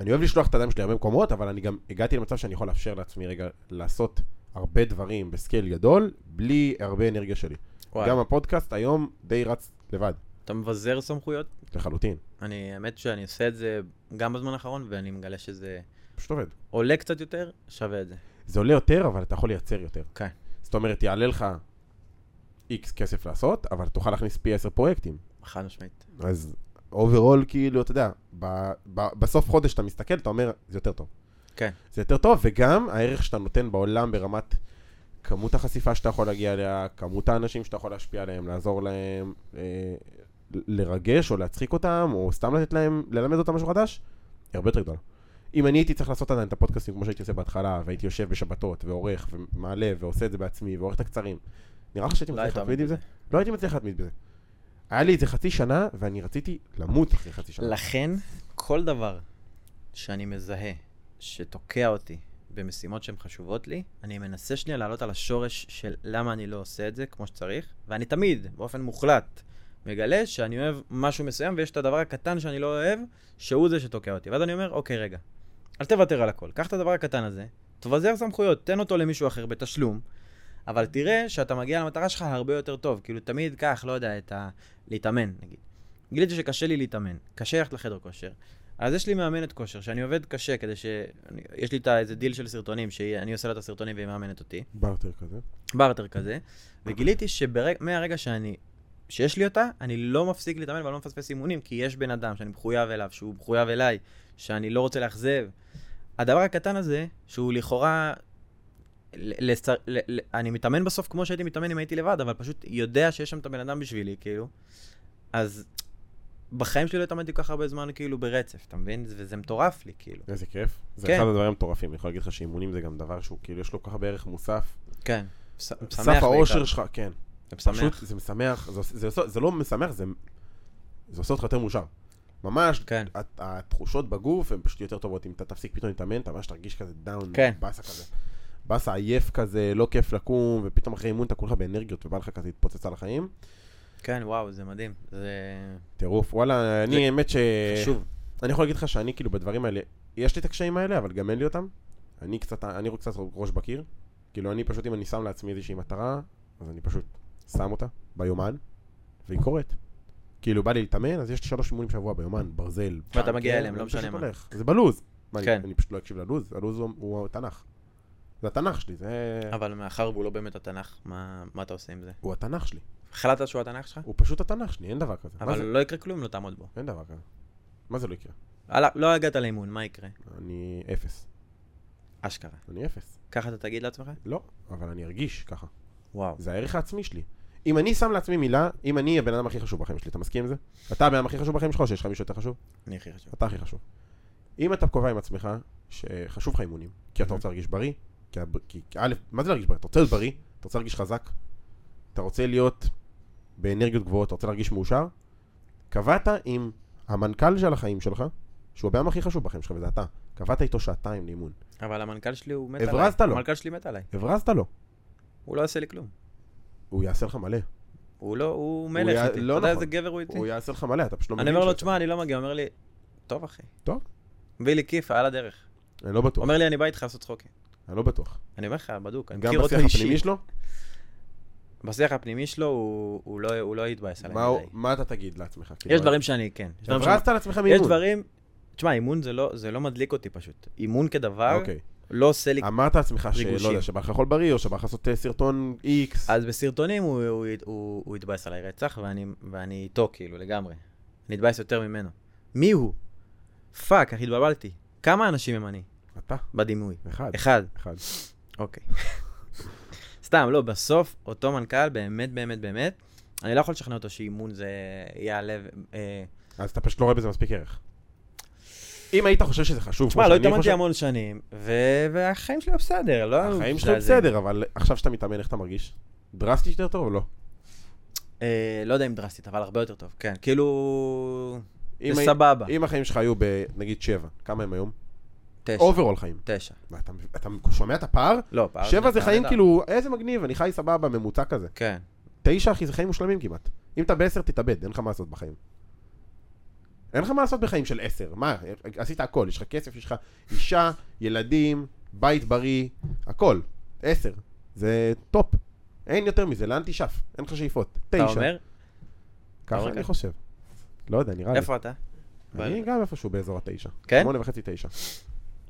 [SPEAKER 2] אני אוהב לשלוח את הידיים שלי הרבה מקומות, אבל אני גם הגעתי למצב שאני יכול לאפשר לעצמי רגע לעשות הרבה דברים בסקייל גדול, בלי הרבה אנרגיה שלי.
[SPEAKER 1] וואי,
[SPEAKER 2] גם הפודקאסט היום די רץ לבד,
[SPEAKER 1] אתה מבזר סמכויות?
[SPEAKER 2] לחלוטין.
[SPEAKER 1] אני, האמת שאני עושה את זה גם בזמן האחרון, ואני מגלה שזה
[SPEAKER 2] פשוט עובד.
[SPEAKER 1] עולה קצת יותר, שווה את זה.
[SPEAKER 2] זה עולה יותר, אבל אתה יכול לייצר יותר.
[SPEAKER 1] כן.
[SPEAKER 2] זאת אומרת, יעלה לך איקס כסף לעשות, אבל תוכל להכניס פי עשר פרויקטים.
[SPEAKER 1] חד משמעית.
[SPEAKER 2] אז אוברול, כאילו, אתה יודע, ב, ב, בסוף חודש אתה מסתכל, אתה אומר, זה יותר טוב.
[SPEAKER 1] כן.
[SPEAKER 2] זה יותר טוב, וגם הערך שאתה נותן בעולם ברמת כמות החשיפה שאתה יכול להגיע אליה, כמות האנשים שאתה יכול להשפיע עליהם, לעזור להם, אה, ל- לרגש או להצחיק אותם, או סתם לתת להם, ללמד אותם משהו חדש, היא הרבה יותר גדולה. אם אני הייתי צריך לעשות עדיין את הפודקאסטים כמו שהייתי עושה בהתחלה, והייתי יושב בשבתות, ועורך, ומעלה, ועושה את זה בעצמי, ועורך את הקצרים, נראה לך שהייתי
[SPEAKER 1] לא היית
[SPEAKER 2] מצליח
[SPEAKER 1] עומד
[SPEAKER 2] להתמיד עם זה?
[SPEAKER 1] בזה.
[SPEAKER 2] לא הייתי מצליח להתמיד בזה. היה לי איזה חצי שנה, ואני רציתי למות אחרי חצי שנה.
[SPEAKER 1] לכן, כל דבר שאני מזהה שתוקע אותי במשימות שהן חשובות לי, אני מנסה שנייה לעלות על השורש של למה אני לא עושה את זה כמו שצריך, ואני תמיד, באופן מוחלט, מגלה שאני אוהב משהו מסוים ויש את הדבר הקטן שאני לא אוהב, שהוא זה שתוקע אותי. ואז אני אומר, אוקיי, רגע, אל תוותר על הכל. קח את הדבר הקטן הזה, תבזר סמכויות, תן אותו למישהו אחר בתשלום, אבל תראה שאתה מגיע למטרה שלך הרבה יותר טוב. כאילו, תמיד קח, לא יודע, את ה... להתאמן, נגיד. גיליתי שקשה לי להתאמן, קשה ללכת לחדר כושר. אז יש לי מאמנת כושר, שאני עובד קשה כדי ש... אני- יש לי את ה- איזה דיל של סרטונים, שאני עושה לה את הסרטונים והיא מאמנת אותי.
[SPEAKER 2] בארטר כזה.
[SPEAKER 1] בארטר כזה, וגיליתי שמהרגע שאני, שיש לי אותה, אני לא מפסיק להתאמן ואני לא מפספס אימונים, כי יש בן אדם שאני מחויב אליו, שהוא מחויב אליי, שאני לא רוצה לאכזב. הדבר הקטן הזה, שהוא לכאורה... ל- לצ... ל... ל... אני מתאמן בסוף כמו שהייתי מתאמן אם הייתי לבד, אבל פשוט יודע שיש שם את הבן אדם בשבילי, כאילו. אז בחיים שלי לא התאמנתי כל כך הרבה זמן, כאילו, ברצף, אתה מבין? וזה מטורף לי, כאילו.
[SPEAKER 2] איזה כיף. זה
[SPEAKER 1] כן.
[SPEAKER 2] אחד הדברים המטורפים, אני יכול להגיד לך שאימונים זה גם דבר שהוא, כאילו, יש לו כל כך הרבה ערך מוסף.
[SPEAKER 1] כן. מש- משמח
[SPEAKER 2] סף האושר
[SPEAKER 1] בעיקר.
[SPEAKER 2] שלך, כן.
[SPEAKER 1] זה
[SPEAKER 2] פשוט
[SPEAKER 1] משמח.
[SPEAKER 2] זה משמח, זה עושה- זה עושה- זה לא משמח, זה זה עושה אותך יותר מאושר. ממש,
[SPEAKER 1] כן.
[SPEAKER 2] הת- התחושות בגוף הן פשוט יותר טובות. אם אתה תפסיק פתאום להתאמן, אתה ממש תרגיש כזה דאון,
[SPEAKER 1] כן.
[SPEAKER 2] באסה כזה. באסה עייף כזה, לא כיף לקום, ופתאום אחרי אימון אתה כולך באנרגיות ובא לך כזה להתפוצץ על החיים.
[SPEAKER 1] כן, וואו, זה מדהים. זה
[SPEAKER 2] טירוף, וואלה, אני האמת ש...
[SPEAKER 1] חשוב.
[SPEAKER 2] אני יכול להגיד לך שאני כאילו בדברים האלה, יש לי את הקשיים האלה, אבל גם אין לי אותם. אני קצת, אני רוצה קצת ראש בקיר. כאילו, אני פשוט, אם אני שם לעצמי איזושהי מטרה, אז אני פשוט שם אותה ביומן, והיא קורית. כאילו, בא לי להתאמן, אז יש לי שלוש אימונים בשבוע ביומן, ברזל.
[SPEAKER 1] ואתה
[SPEAKER 2] פאנק,
[SPEAKER 1] מגיע
[SPEAKER 2] כן,
[SPEAKER 1] אליהם, לא
[SPEAKER 2] אני פשוט
[SPEAKER 1] משנה מה.
[SPEAKER 2] הולך. זה בלוז. מה, אני-
[SPEAKER 1] כן.
[SPEAKER 2] אני פשוט לא אקשיב ללוז, הלוז הוא- הוא התנ"ך. זה התנ"ך שלי, זה...
[SPEAKER 1] אבל מאחר והוא לא באמת התנ"ך, מה, מה אתה עושה עם זה?
[SPEAKER 2] הוא התנ"ך שלי.
[SPEAKER 1] החלטת שהוא התנ"ך שלך?
[SPEAKER 2] הוא פשוט התנ"ך שלי, אין דבר כזה. מה
[SPEAKER 1] אבל
[SPEAKER 2] זה?
[SPEAKER 1] לא יקרה כלום אם לא תעמוד בו.
[SPEAKER 2] אין דבר כזה. מה זה לא יקרה?
[SPEAKER 1] הלאה, לא הגעת לאימון, מה יקרה?
[SPEAKER 2] אני אפס.
[SPEAKER 1] אשכרה.
[SPEAKER 2] אני אפס.
[SPEAKER 1] ככה אתה תגיד לעצמך?
[SPEAKER 2] לא, אבל אני ארגיש ככה.
[SPEAKER 1] וואו.
[SPEAKER 2] זה הערך העצמי שלי. אם אני שם לעצמי מילה, אם אני הבן אדם הכי חשוב בחיים שלי, אתה מסכים עם זה? אתה הבן אדם הכי חשוב בחיים שלך או שיש לך מישהו יותר חשוב?
[SPEAKER 1] אני הכי חשוב.
[SPEAKER 2] אתה הכי חשוב. אם אתה קובע עם עצמך שחשוב לך אימונים, כי אתה רוצה להרגיש בריא, כי, הב- כי כי א', מה זה להרגיש בריא? אתה רוצה להיות בריא, אתה רוצה להרגיש חזק, אתה רוצה להיות באנרגיות גבוהות, אתה רוצה להרגיש מאושר, קבעת עם המנכ"ל של החיים שלך, שהוא הבן אדם הכי חשוב בחיים שלך, וזה אתה. קבעת איתו שעתיים לאימון.
[SPEAKER 1] אבל המנכ"ל שלי הוא מת עליי.
[SPEAKER 2] הברזת לו.
[SPEAKER 1] המנכ"ל שלי מת עליי.
[SPEAKER 2] הברזת לו,
[SPEAKER 1] הוא לא עושה לי כלום.
[SPEAKER 2] הוא יעשה לך מלא.
[SPEAKER 1] הוא לא, הוא מלך
[SPEAKER 2] יע-
[SPEAKER 1] איתי. אתה יודע
[SPEAKER 2] לא נכון.
[SPEAKER 1] איזה גבר הוא איתי?
[SPEAKER 2] הוא יעשה לך מלא, אתה פשוט לא
[SPEAKER 1] אוקיי. אני
[SPEAKER 2] מבין.
[SPEAKER 1] אומר לו,
[SPEAKER 2] שהוא-
[SPEAKER 1] תשמע, אני לא מגיע. הוא אומר לי, טוב אחי.
[SPEAKER 2] טוב.
[SPEAKER 1] מביא לי כיף, על הדרך.
[SPEAKER 2] אני לא
[SPEAKER 1] הוא
[SPEAKER 2] בטוח,
[SPEAKER 1] אומר לי, אני בא איתך לעשות צחוקים.
[SPEAKER 2] אני לא בטוח.
[SPEAKER 1] אני אומר לך, בדוק, אני
[SPEAKER 2] גם
[SPEAKER 1] מכיר אותו
[SPEAKER 2] בשיח הפנימי
[SPEAKER 1] אישית.
[SPEAKER 2] שלו?
[SPEAKER 1] בשיח הפנימי שלו, הוא- הוא לא- הוא לא יתבאס עליי.
[SPEAKER 2] מה הוא-
[SPEAKER 1] מדי.
[SPEAKER 2] מה אתה תגיד לעצמך? כאילו,
[SPEAKER 1] יש דברים שאני, כן. יש דברים שאני-
[SPEAKER 2] הברזת על עצמך
[SPEAKER 1] יש
[SPEAKER 2] מימון.
[SPEAKER 1] דברים, תשמע, אימון זה לא, זה לא מדליק אותי פשוט. אימון כדבר
[SPEAKER 2] אוקיי.
[SPEAKER 1] לא עושה לי...
[SPEAKER 2] אמרת לעצמך שלא
[SPEAKER 1] ריגושים.
[SPEAKER 2] יודע, שבא לך לאכול בריא, או שבא לך לעשות אה, סרטון איקס.
[SPEAKER 1] אז בסרטונים הוא, הוא, הוא, הוא התבאס עליי רצח, ואני, ואני איתו כאילו לגמרי. אני אתבאס יותר ממנו. מי הוא? פאק, איך התבלבלתי. כמה אנשים הם אני
[SPEAKER 2] אתה.
[SPEAKER 1] בדימוי?
[SPEAKER 2] אחד.
[SPEAKER 1] אחד.
[SPEAKER 2] אחד.
[SPEAKER 1] אוקיי. [LAUGHS] סתם, לא, בסוף אותו מנכ"ל, באמת, באמת, באמת, אני לא יכול לשכנע אותו שאימון זה יעלה... ו- אה,
[SPEAKER 2] אז אתה פשוט לא רואה בזה מספיק ערך. אם היית חושב שזה חשוב,
[SPEAKER 1] תשמע,
[SPEAKER 2] כמו
[SPEAKER 1] לא
[SPEAKER 2] שאני
[SPEAKER 1] התאמנתי
[SPEAKER 2] חושב-
[SPEAKER 1] המון שנים, ו- והחיים שלי היו בסדר, לא... היו
[SPEAKER 2] החיים שלך
[SPEAKER 1] מזעזעים.
[SPEAKER 2] בסדר, אבל עכשיו שאתה מתאמן, איך אתה מרגיש? דרסטית יותר טוב או לא?
[SPEAKER 1] אה, לא יודע אם דרסטית, אבל הרבה יותר טוב, כן. כאילו...
[SPEAKER 2] אם
[SPEAKER 1] זה
[SPEAKER 2] הי-
[SPEAKER 1] סבבה.
[SPEAKER 2] אם החיים שלך היו בנגיד שבע, כמה הם היום?
[SPEAKER 1] תשע.
[SPEAKER 2] אוברול חיים.
[SPEAKER 1] תשע.
[SPEAKER 2] ואתה- אתה שומע את הפער?
[SPEAKER 1] לא, פער.
[SPEAKER 2] שבע זה
[SPEAKER 1] נהדר,
[SPEAKER 2] חיים
[SPEAKER 1] נהדר.
[SPEAKER 2] כאילו, איזה מגניב, אני חי סבבה, ממוצע כזה.
[SPEAKER 1] כן.
[SPEAKER 2] תשע, אחי, זה חיים מושלמים כמעט. אם אתה בעשר, תתאבד, אין לך מה לעשות בחיים. אין לך מה לעשות בחיים של עשר, מה, עשית הכל, יש לך כסף, יש לך אישה, ילדים, בית בריא, הכל, עשר, זה טופ, אין יותר מזה, לאן תשאף, אין לך שאיפות, תשע,
[SPEAKER 1] אתה אומר?
[SPEAKER 2] ככה
[SPEAKER 1] אומר
[SPEAKER 2] אני
[SPEAKER 1] ככה?
[SPEAKER 2] חושב, לא יודע, נראה לי,
[SPEAKER 1] איפה אתה?
[SPEAKER 2] אני גם איפשהו באזור התשע,
[SPEAKER 1] כן?
[SPEAKER 2] שמונה וחצי תשע,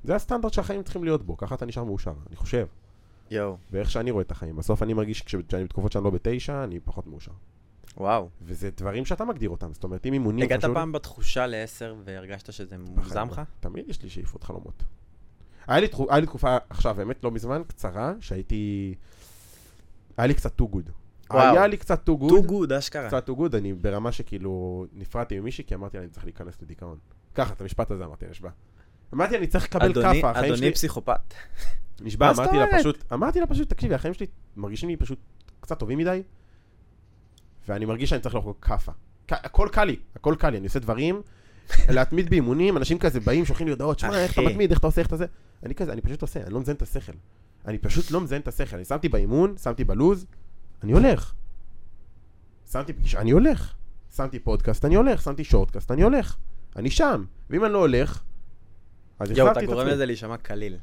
[SPEAKER 2] זה הסטנדרט שהחיים צריכים להיות בו, ככה אתה נשאר מאושר, אני חושב,
[SPEAKER 1] יואו,
[SPEAKER 2] ואיך שאני רואה את החיים, בסוף אני מרגיש כשאני בתקופות שאני לא בתשע, אני פחות מאושר,
[SPEAKER 1] וואו.
[SPEAKER 2] וזה דברים שאתה מגדיר אותם, זאת אומרת, אם אימונים
[SPEAKER 1] הגעת
[SPEAKER 2] חשוב- לא.
[SPEAKER 1] פעם בתחושה לעשר והרגשת שזה מוגזם לך?
[SPEAKER 2] תמיד יש לי שאיפות חלומות. היה לי, תחו- היה לי תקופה, עכשיו, באמת לא מזמן, קצרה, שהייתי... היה לי קצת too good.
[SPEAKER 1] וואו.
[SPEAKER 2] היה לי קצת too good.
[SPEAKER 1] טו גוד, אשכרה.
[SPEAKER 2] קצת too good, אני ברמה שכאילו נפרדתי ממישהי, כי אמרתי לה, אני צריך להיכנס לדיכאון. ככה, את המשפט הזה אמרתי, נשבע. אמרתי, אני צריך לקבל
[SPEAKER 1] אדוני-
[SPEAKER 2] כאפה, החיים שלי...
[SPEAKER 1] אדוני פסיכופת.
[SPEAKER 2] נשבע,
[SPEAKER 1] מה זאת
[SPEAKER 2] אמרתי לה
[SPEAKER 1] אומרת?
[SPEAKER 2] פשוט, אמרתי לה פשוט, תקשיבי, החיים שלי מרגישים לי פשוט קצת טובים מדי, ואני מרגיש שאני צריך לאכול כאפה. ק- הכל קל לי, הכל קל לי, אני עושה דברים, [LAUGHS] להתמיד באימונים, אנשים כזה באים, שולחים לי הודעות, שמע, איך אתה
[SPEAKER 1] אחי.
[SPEAKER 2] מתמיד, איך אתה עושה, איך אתה זה. אני כזה, אני פשוט עושה, אני לא מזיין את השכל. אני פשוט לא מזיין את השכל, אני שמתי באימון, שמתי בלוז, אני הולך. שמתי פגישה, אני הולך. שמתי פודקאסט, אני הולך. שמתי שורטקאסט, אני הולך. אני שם. ואם אני לא הולך, אז
[SPEAKER 1] יואו,
[SPEAKER 2] החלפתי
[SPEAKER 1] אתה
[SPEAKER 2] את
[SPEAKER 1] גורם
[SPEAKER 2] עצמי.
[SPEAKER 1] לזה להישמע קליל.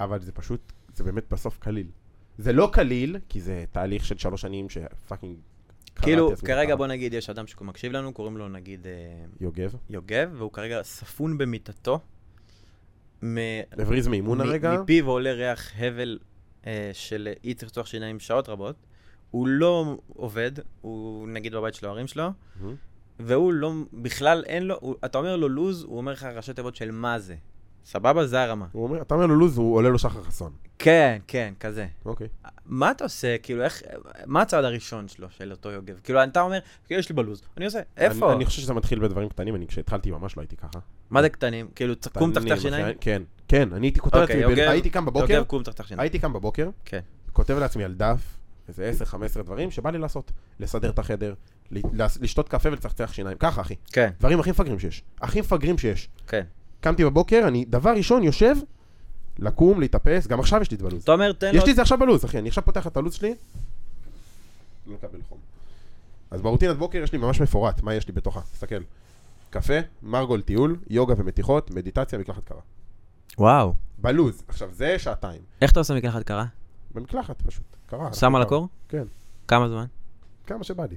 [SPEAKER 2] אבל זה פשוט, זה באמת בסוף קליל. זה לא קליל, כי זה תהליך של שלוש שנים שפאקינג... קראתי
[SPEAKER 1] כאילו,
[SPEAKER 2] עצמי
[SPEAKER 1] כרגע
[SPEAKER 2] ככה.
[SPEAKER 1] בוא נגיד, יש אדם שמקשיב לנו, קוראים לו נגיד אה,
[SPEAKER 2] יוגב,
[SPEAKER 1] יוגב, והוא כרגע ספון במיטתו. מ-
[SPEAKER 2] הבריז מאימון
[SPEAKER 1] מ-
[SPEAKER 2] הרגע,
[SPEAKER 1] מפיו עולה ריח הבל אה, של אי צחצוח שיניים שעות רבות. הוא לא עובד, הוא נגיד בבית של ההורים שלו,
[SPEAKER 2] מהמם.
[SPEAKER 1] והוא לא, בכלל אין לו, הוא, אתה אומר לו לוז, הוא אומר לך ראשי תיבות של מה זה. סבבה? זה הרמה.
[SPEAKER 2] הוא אומר, אתה אומר לו לוז, הוא עולה לו שחר חסון.
[SPEAKER 1] כן, כן, כזה.
[SPEAKER 2] אוקיי.
[SPEAKER 1] מה אתה עושה? כאילו, איך, מה הצעד הראשון שלו, של אותו יוגב? כאילו, אתה אומר, "כאילו, יש לי בלוז, אני עושה, איפה?
[SPEAKER 2] אני- אני חושב שזה מתחיל בדברים קטנים, אני כשהתחלתי ממש לא הייתי ככה.
[SPEAKER 1] מה זה קטנים? כאילו, צ- קום
[SPEAKER 2] קטנים,
[SPEAKER 1] תחתך
[SPEAKER 2] אחי,
[SPEAKER 1] שיניים?
[SPEAKER 2] כן, כן, אני הייתי כותב
[SPEAKER 1] אוקיי,
[SPEAKER 2] לעצמי, ב-
[SPEAKER 1] יוגב,
[SPEAKER 2] הייתי קם בבוקר,
[SPEAKER 1] יוגב, קום תחתך שיניים.
[SPEAKER 2] הייתי קם בבוקר,
[SPEAKER 1] כן.
[SPEAKER 2] כותב לעצמי על דף, איזה 10-15 דברים שבא לי לעשות, לסדר את החדר, ל- לעש- לשתות קפה ולצחצח שיניים, ככה אחי,
[SPEAKER 1] כן,
[SPEAKER 2] דברים הכי מפגרים שיש, הכי מפגרים שיש.
[SPEAKER 1] כן.
[SPEAKER 2] קמתי בבוקר, אני דבר ראשון יושב, לקום, להתאפס, גם עכשיו יש לי את בלוז.
[SPEAKER 1] אתה אומר, תן לו...
[SPEAKER 2] יש לי את זה עכשיו בלוז, אחי, אני עכשיו פותח את הלוז שלי. לא מקבל חום. אז ברוטינת בוקר יש לי ממש מפורט, מה יש לי בתוכה, תסתכל. קפה, מרגול טיול, יוגה ומתיחות, מדיטציה, מקלחת קרה.
[SPEAKER 1] וואו.
[SPEAKER 2] בלוז, עכשיו זה שעתיים.
[SPEAKER 1] איך אתה עושה מקלחת קרה?
[SPEAKER 2] במקלחת פשוט, קרה.
[SPEAKER 1] שם על
[SPEAKER 2] קרה.
[SPEAKER 1] הקור?
[SPEAKER 2] כן,
[SPEAKER 1] כמה זמן?
[SPEAKER 2] כמה שבא לי.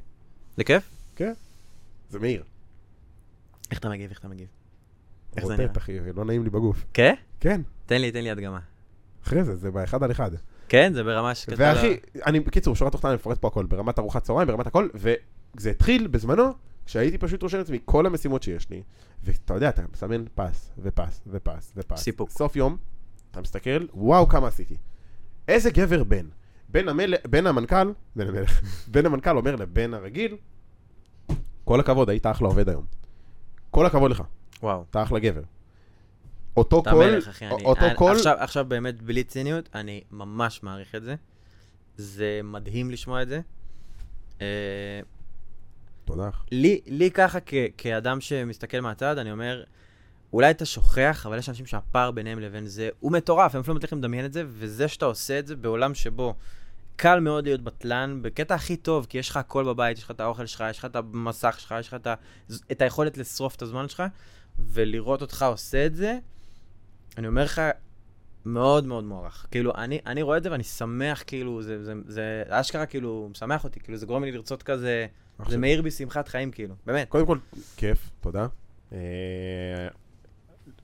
[SPEAKER 1] זה כיף?
[SPEAKER 2] זה מהיר.
[SPEAKER 1] איך אתה מגיב? איך אתה מגיב? איך זה נראה?
[SPEAKER 2] רוטט, אחי, לא נעים לי בגוף.
[SPEAKER 1] כן?
[SPEAKER 2] כן,
[SPEAKER 1] תן לי, תן לי הדגמה.
[SPEAKER 2] אחרי זה, זה באחד על אחד.
[SPEAKER 1] כן? זה ברמה ש...
[SPEAKER 2] ואחי, אני בקיצור, שורה תחתונה, אני מפרט פה הכל, ברמת ארוחת צהריים, ברמת הכל, וזה התחיל בזמנו, כשהייתי פשוט רושם לעצמי כל המשימות שיש לי, ואתה יודע, אתה מסמן פס, ופס, ופס, ופס.
[SPEAKER 1] סיפוק.
[SPEAKER 2] סוף יום, אתה מסתכל, וואו כמה עשיתי. איזה גבר בן. בן, המל... בן המנכ"ל, בן המלך, [LAUGHS] בן המנכ"ל אומר לבן הרגיל, כל הכבוד, היית אחלה עובד היום. כל הכבוד לך,
[SPEAKER 1] וואו.
[SPEAKER 2] אתה אחלה גבר. אותו
[SPEAKER 1] אתה
[SPEAKER 2] קול,
[SPEAKER 1] מלך, אחי. אני-
[SPEAKER 2] אותו
[SPEAKER 1] אני-
[SPEAKER 2] קול,
[SPEAKER 1] עכשיו- עכשיו באמת, בלי ציניות, אני ממש מעריך את זה. זה מדהים לשמוע את זה. אה,
[SPEAKER 2] תודה. אח.
[SPEAKER 1] לי, לי ככה, כ, כאדם שמסתכל מהצד, אני אומר, אולי אתה שוכח, אבל יש אנשים שהפער ביניהם לבין זה הוא מטורף, הם אפילו לא מצליחים לדמיין את זה, וזה שאתה עושה את זה בעולם שבו קל מאוד להיות בטלן, בקטע הכי טוב, כי יש לך הכל בבית, יש לך את האוכל שלך, יש לך את המסך שלך, יש לך את, ה, את היכולת לשרוף את הזמן שלך, ולראות אותך עושה את זה, אני אומר לך, מאוד מאוד מוערך. כאילו, אני, אני רואה את זה ואני שמח, כאילו, זה, זה, זה אשכרה, כאילו, משמח אותי, כאילו, זה גורם לי לרצות כזה... זה
[SPEAKER 2] עכשיו-
[SPEAKER 1] מאיר בי שמחת חיים, כאילו, באמת.
[SPEAKER 2] קודם כל, כיף, תודה. אה,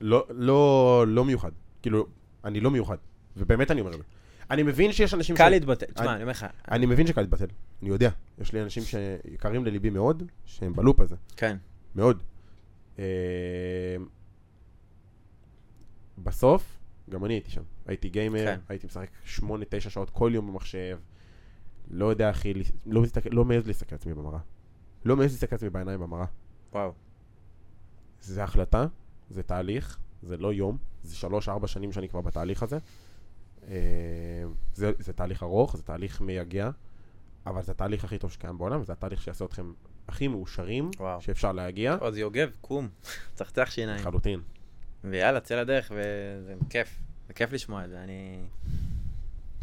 [SPEAKER 2] לא, לא, לא מיוחד. כאילו, אני לא מיוחד. ובאמת אני אומר את זה. אני מבין שיש אנשים
[SPEAKER 1] קל להתבטא, תשמע,
[SPEAKER 2] אני-
[SPEAKER 1] אני אומר לך,
[SPEAKER 2] אני מבין שקל להתבטל. אני יודע. יש לי אנשים שיקרים לליבי מאוד, שהם בלופ הזה.
[SPEAKER 1] כן,
[SPEAKER 2] מאוד. אה, בסוף, גם אני הייתי שם. הייתי גיימר,
[SPEAKER 1] כן.
[SPEAKER 2] הייתי משחק 8-9 שעות כל יום במחשב. לא יודע, אחי, לא, מסתכל- לא מעז להסתכל על עצמי במראה. לא מעז להסתכל על עצמי בעיניים במראה.
[SPEAKER 1] וואו.
[SPEAKER 2] זה החלטה, זה תהליך, זה לא יום, זה שלוש-ארבע שנים שאני כבר בתהליך הזה. אה, זה, זה תהליך ארוך, זה תהליך מייגע, אבל זה התהליך הכי טוב שקיים בעולם, וזה התהליך שיעשה אתכם הכי מאושרים
[SPEAKER 1] וואו.
[SPEAKER 2] שאפשר להגיע.
[SPEAKER 1] אז יוגב, קום, [LAUGHS] צחצח שיניים,
[SPEAKER 2] לחלוטין.
[SPEAKER 1] ויאללה, צא לדרך, וזה כיף, זה כיף לשמוע את זה, אני...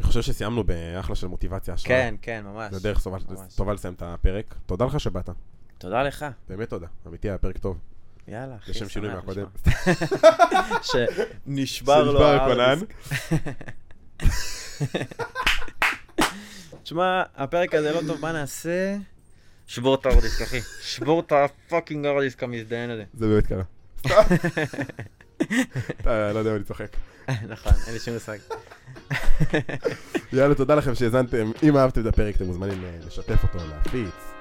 [SPEAKER 2] אני חושב שסיימנו באחלה של מוטיבציה השראה.
[SPEAKER 1] כן, כן, ממש.
[SPEAKER 2] זה דרך טובה-
[SPEAKER 1] ממש.
[SPEAKER 2] טובה לסיים את הפרק. תודה לך שבאת,
[SPEAKER 1] תודה לך,
[SPEAKER 2] באמת תודה. אמיתי, היה פרק טוב.
[SPEAKER 1] יאללה, אחי,
[SPEAKER 2] לשם שינוי
[SPEAKER 1] שמח
[SPEAKER 2] מהקודם.
[SPEAKER 1] לשמוע. [LAUGHS] שנשבר לו
[SPEAKER 2] הכונן.
[SPEAKER 1] הארדיסק. תשמע, הפרק הזה לא טוב, מה נעשה? שבור את הארדיסק, [LAUGHS] אחי. שבור את הפאקינג הארדיסק המזדיין הזה.
[SPEAKER 2] זה באמת
[SPEAKER 1] [LAUGHS]
[SPEAKER 2] קרה. אתה לא יודע מה אני צוחק.
[SPEAKER 1] נכון, אין לי שום מושג.
[SPEAKER 2] יאללה, תודה לכם שהאזנתם. אם אהבתם את הפרק, אתם מוזמנים אה, לשתף אותו, להפיץ.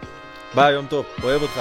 [SPEAKER 1] ביי, יום טוב, אוהב אותך.